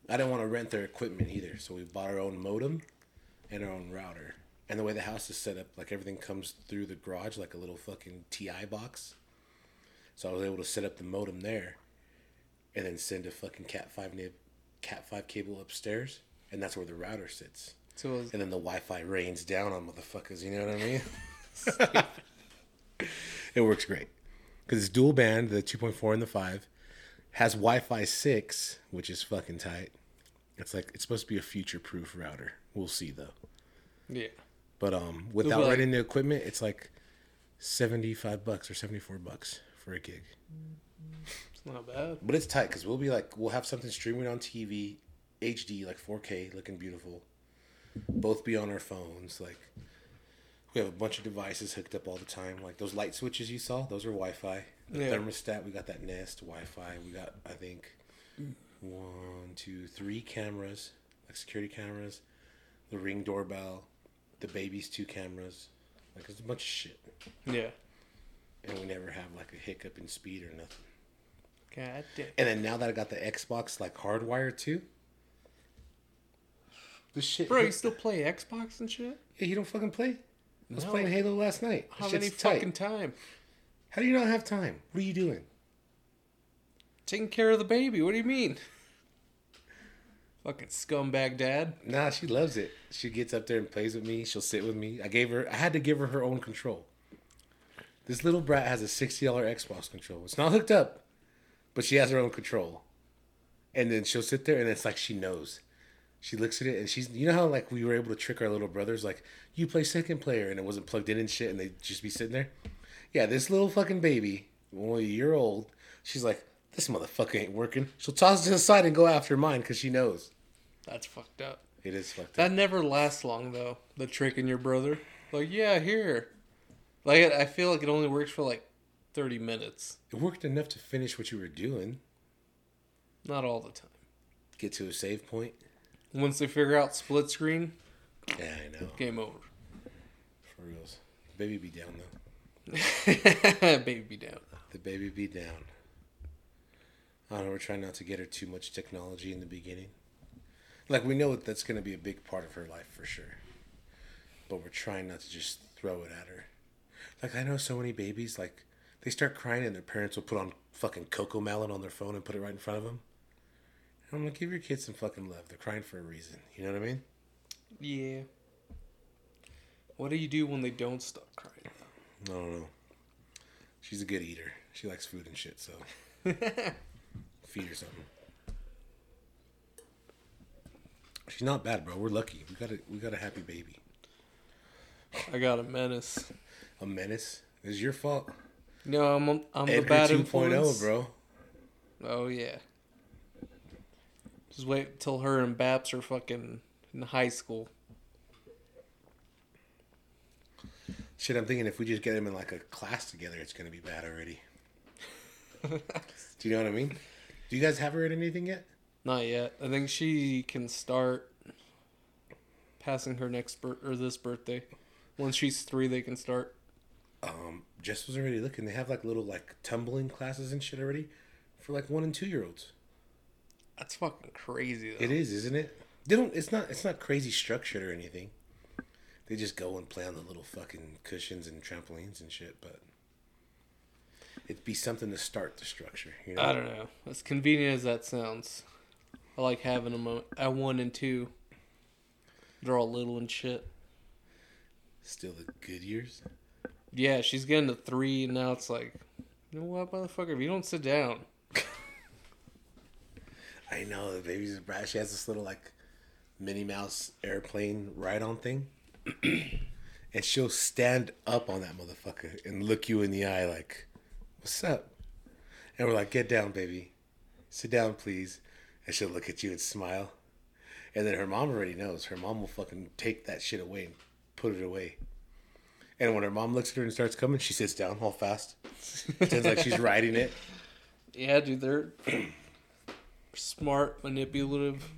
S1: I didn't want to rent their equipment either, so we bought our own modem and our own router. And the way the house is set up, like everything comes through the garage, like a little fucking TI box. So I was able to set up the modem there, and then send a fucking Cat five nib, Cat five cable upstairs, and that's where the router sits.
S2: so it was,
S1: And then the Wi-Fi rains down on motherfuckers. You know what I mean? *laughs* it works great because it's dual band, the 2.4 and the 5, has Wi-Fi 6, which is fucking tight. It's like it's supposed to be a future-proof router. We'll see though.
S2: yeah.
S1: But um, without
S2: like-
S1: renting the equipment, it's like 75 bucks or 74 bucks for a gig.
S2: It's not bad.
S1: But it's tight because we'll be like we'll have something streaming on TV, HD like 4K, looking beautiful. Both be on our phones. Like we have a bunch of devices hooked up all the time. Like those light switches you saw, those are Wi-Fi. The
S2: Yeah.
S1: thermostat, we got that Nest Wi-Fi. We got I think one, two, three cameras, like security cameras, the Ring doorbell, the baby's two cameras. Like there's a bunch of shit,
S2: Yeah.
S1: and we never have like a hiccup in speed or nothing.
S2: God damn.
S1: And then now that I got the Xbox like hardwired too, the shit.
S2: Bro, you still play Xbox and shit?
S1: Yeah, you don't fucking play. I was
S2: No.
S1: playing Halo last night.
S2: How
S1: Shit's
S2: many
S1: tight.
S2: fucking time?
S1: How do you not have time? What are you doing?
S2: Taking care of the baby. What do you mean? fucking scumbag dad.
S1: Nah, she loves it. She gets up there and plays with me. She'll sit with me. I gave her. I had to give her her own control. This little brat has a sixty dollar Xbox control. It's not hooked up, but she has her own control. And then she'll sit there, and it's like she knows. She looks at it, and she's. You know how like we were able to trick our little brothers, like you play second player, and it wasn't plugged in and shit, and they'd just be sitting there. Yeah, this little fucking baby, only a year old. She's like, this motherfucker ain't working. She'll toss it to the side and go after mine because she knows
S2: That's fucked up.
S1: it is fucked up.
S2: That never lasts long though. The trick in your brother, like yeah, here. Like I I feel like it only works for like thirty minutes,
S1: It worked enough to finish what you were doing,
S2: not all the time.
S1: get to a save point.
S2: Once they figure out split screen,
S1: Yeah, I know.
S2: game over. *laughs*
S1: For reals. Baby be down though.
S2: Baby be down.
S1: The baby be down. I don't know, we're trying not to get her too much technology in the beginning. Like we know that that's gonna be a big part of her life for sure. But we're trying not to just throw it at her. Like I know so many babies, like they start crying and their parents will put on fucking cocoa melon on their phone and put it right in front of them. And I'm like, give your kids some fucking love. They're crying for a reason. You know what I mean?
S2: Yeah. What do you do when they don't stop crying?
S1: I don't know. She's a good
S2: *laughs*
S1: eater. She likes food and shit, so feed her something. She's not bad, bro. We're lucky. We got a we got a happy baby.
S2: I got a menace.
S1: A menace. It's your fault.
S2: No, I'm I'm the
S1: Edgar
S2: bad
S1: 2.0,
S2: influence,
S1: oh, bro.
S2: Oh yeah. Just wait till her and Baps are fucking in high school.
S1: Shit, I'm thinking if we just get them in like a class together, it's gonna be bad
S2: *laughs*
S1: already. Do you know what I mean? Do you guys have her in anything yet?
S2: Not yet. I think she can start passing her next bir- or this birthday. Once she's three, they can start.
S1: Um, Jess was already looking. They have like little like tumbling classes and shit already for like one and two year olds.
S2: That's fucking crazy. Though.
S1: It is, isn't it? They don't. It's not. It's not crazy structured or anything. They just go and play on the little fucking cushions and trampolines and shit. But it'd be something to start the structure. You know.
S2: I don't know. As convenient as that sounds, I like having them at one and two. They're all little and shit.
S1: Still the good years.
S2: Yeah, she's getting to three, and now it's like, you know what, motherfucker? If you don't sit down,
S1: I know the baby's a brat. She has this little like Minnie Mouse airplane ride on thing, *clears throat* and she'll stand up on that motherfucker and look you in the eye like, "What's up?" And we're like, "Get down, baby. Sit down, please." And she'll look at you and smile, and then her mom already knows. Her mom will fucking take that shit away and put it away. And when her mom looks at her and starts coming, she sits down all fast. Pretends like she's riding it.
S2: yeah, dude, they're *clears throat* smart, manipulative.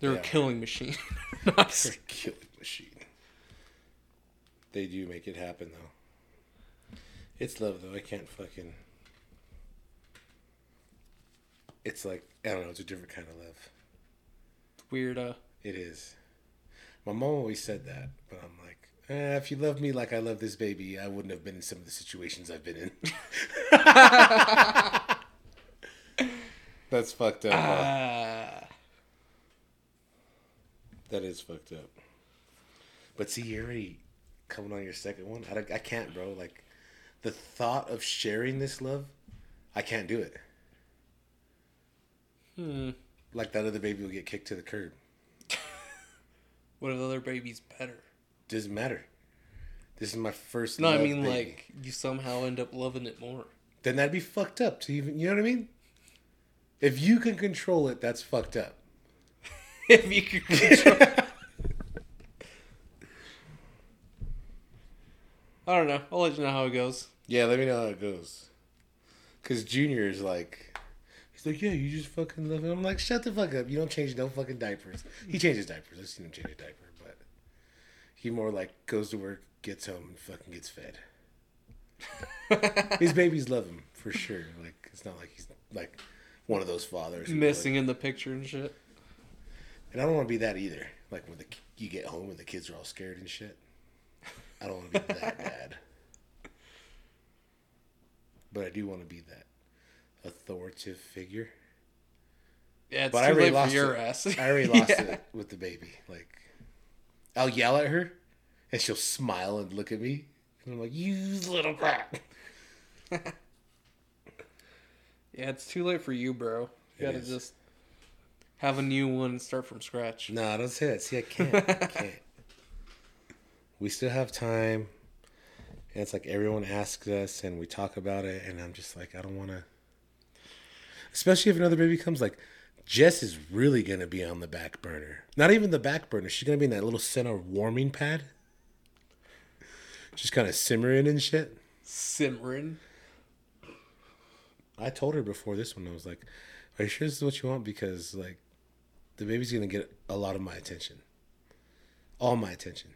S2: They're
S1: Yeah.
S2: a killing machine. *laughs* No, I'm just-
S1: killing machine. They do make it happen though. It's love though. I can't fucking. It's like I don't know. It's a different kind of love.
S2: Weird. Uh,
S1: It is. My mom always said that, but I'm like, eh, if you love me like I love this baby, I wouldn't have been in some of the situations I've been in. That's fucked up. huh?
S2: ah,
S1: That is fucked up. But see, you're already coming on your second one. I, don't- I can't, bro. Like, the thought of sharing this love, I can't do it.
S2: hmm.
S1: Like, that other baby will get kicked to the curb.
S2: What if the other baby's better?
S1: Doesn't matter. This is my first.
S2: No, I
S1: love
S2: mean
S1: baby.
S2: like you somehow end up loving it more. *laughs*
S1: Then that'd be fucked up to even. You know what I mean? If you can control it, that's fucked up.
S2: if you could control.
S1: *laughs*
S2: I don't know. I'll let you know how it goes.
S1: Yeah, let me know how it goes. Cause Junior is like, he's like, yeah, you just fucking love him. I'm like, shut the fuck up. You don't change no fucking diapers. He changes diapers. I've seen him change a diaper, but he more like goes to work, gets home, and fucking gets *laughs* fed. His babies love him for sure. Like it's not like he's like one of those fathers who, like-
S2: Missing in the picture and shit.
S1: and I don't want to be that either. Like when the ki- you get home and the kids are all scared and shit. I don't want to be that bad. But I do want to be that authoritative figure.
S2: Yeah, it's
S1: But I
S2: too
S1: already
S2: late
S1: lost
S2: for your
S1: it.
S2: ass. *laughs*
S1: I already lost
S2: Yeah.
S1: it with the baby. Like I'll yell at her and she'll smile and look at me and I'm like, "You little brat."
S2: Yeah, it's too late for you, bro. You
S1: It
S2: gotta
S1: is.
S2: just have a new one and start from scratch.
S1: No, don't say that. See, I can't. I can't. We still have time. And it's like everyone asks us and we talk about it. And I'm just like, I don't want to. Especially if another baby comes, like, Jess is really going to be on the back burner. Not even the back burner. She's going to be in that little center warming pad. Just kind of simmering and shit.
S2: Simmering.
S1: I told her before this one, I was like, "Are you sure this is what you want?" Because like, the baby's gonna get a lot of my attention, all my attention.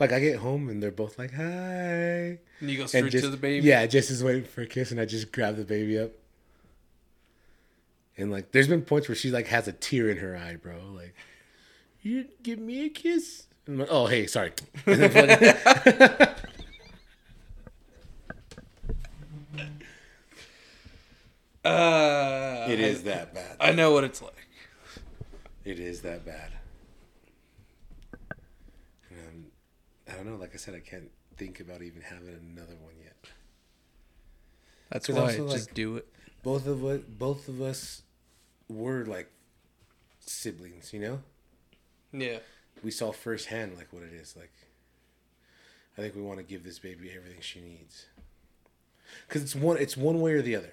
S1: Like I get home and they're both like, "Hi,"
S2: And you go straight
S1: and just
S2: to the baby.
S1: yeah, Jess is waiting for a kiss, and I just grab the baby up. And like, there's been points where she like has a tear in her eye, bro. Like, you didn't give me a kiss. And I'm like, oh hey, *laughs* sorry. And then fucking-
S2: *laughs* Uh,
S1: it is that bad.
S2: I know what it's like.
S1: It is that bad. And um, I don't know. Like I said, I can't think about even having another one yet.
S2: That's
S1: 'Cause
S2: why
S1: also,
S2: just
S1: like-
S2: do it.
S1: Both of us, both of us, were like siblings, you know?
S2: Yeah.
S1: We saw firsthand like what it is like. I think we want to give this baby everything she needs. Cuz it's one it's one way or the other.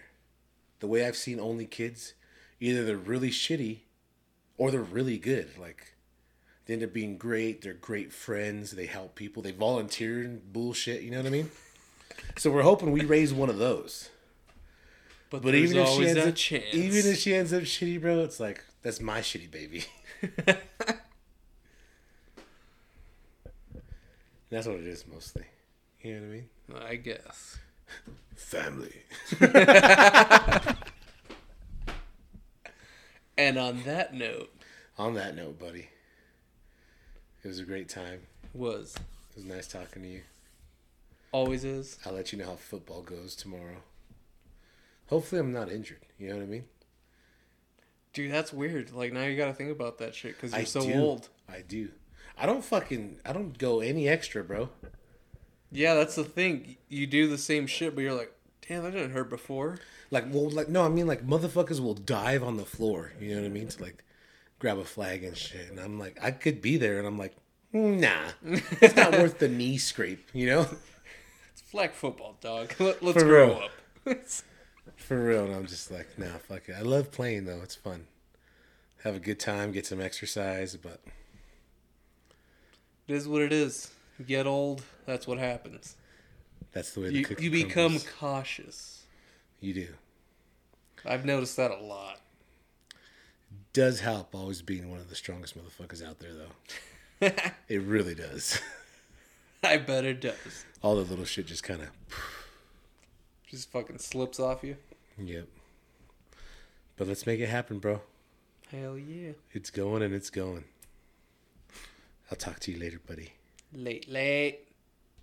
S1: The way I've seen only kids, either they're really shitty or they're really good. Like they end up being great, they're great friends, they help people, they volunteer and bullshit, you know what I mean? So we're hoping we raise one of those.
S2: But,
S1: But
S2: there's
S1: even if she
S2: always
S1: ends
S2: that
S1: up,
S2: chance.
S1: even if she ends up shitty, bro, it's like that's my shitty baby. *laughs* that's what it is mostly. You know what I mean?
S2: I guess.
S1: Family.
S2: And on that note
S1: On that note, buddy, it was a great time.
S2: was
S1: It was nice talking to you.
S2: always is.
S1: I'll let you know how football goes tomorrow. Hopefully, I'm not injured. You know what I mean?
S2: Dude, that's weird. Like now you got to think about that shit cuz you're
S1: I
S2: so
S1: do.
S2: old.
S1: I do. I don't fucking. I don't go any extra, bro.
S2: Yeah, that's the thing. You do the same shit but you're like, "Damn, that didn't hurt before."
S1: Like, well, like no, I mean, like motherfuckers will dive on the floor. You know what I mean? To like grab a flag and shit. And I'm like, I could be there, and I'm like, nah, it's not worth the knee scrape. You know, *laughs*
S2: It's flag football, dog. *laughs* Let, let's
S1: For
S2: grow
S1: real.
S2: up.
S1: for real. And I'm just like, nah, fuck it. I love playing though. It's fun. Have a good time, get some exercise, but
S2: it is what it is. You get old, that's what happens.
S1: that's the way the
S2: You,
S1: cookie
S2: you become
S1: crumbles.
S2: cautious.
S1: You do.
S2: I've noticed that a lot. *laughs*
S1: Does help always being one of the strongest motherfuckers out there though.
S2: *laughs*
S1: it really does. *laughs*
S2: I bet it does.
S1: All the little shit just kind of
S2: Just fucking slips off you.
S1: Yep. But let's make it happen, bro.
S2: Hell yeah.
S1: It's going and it's going. I'll talk to you later, buddy.
S2: Late, late.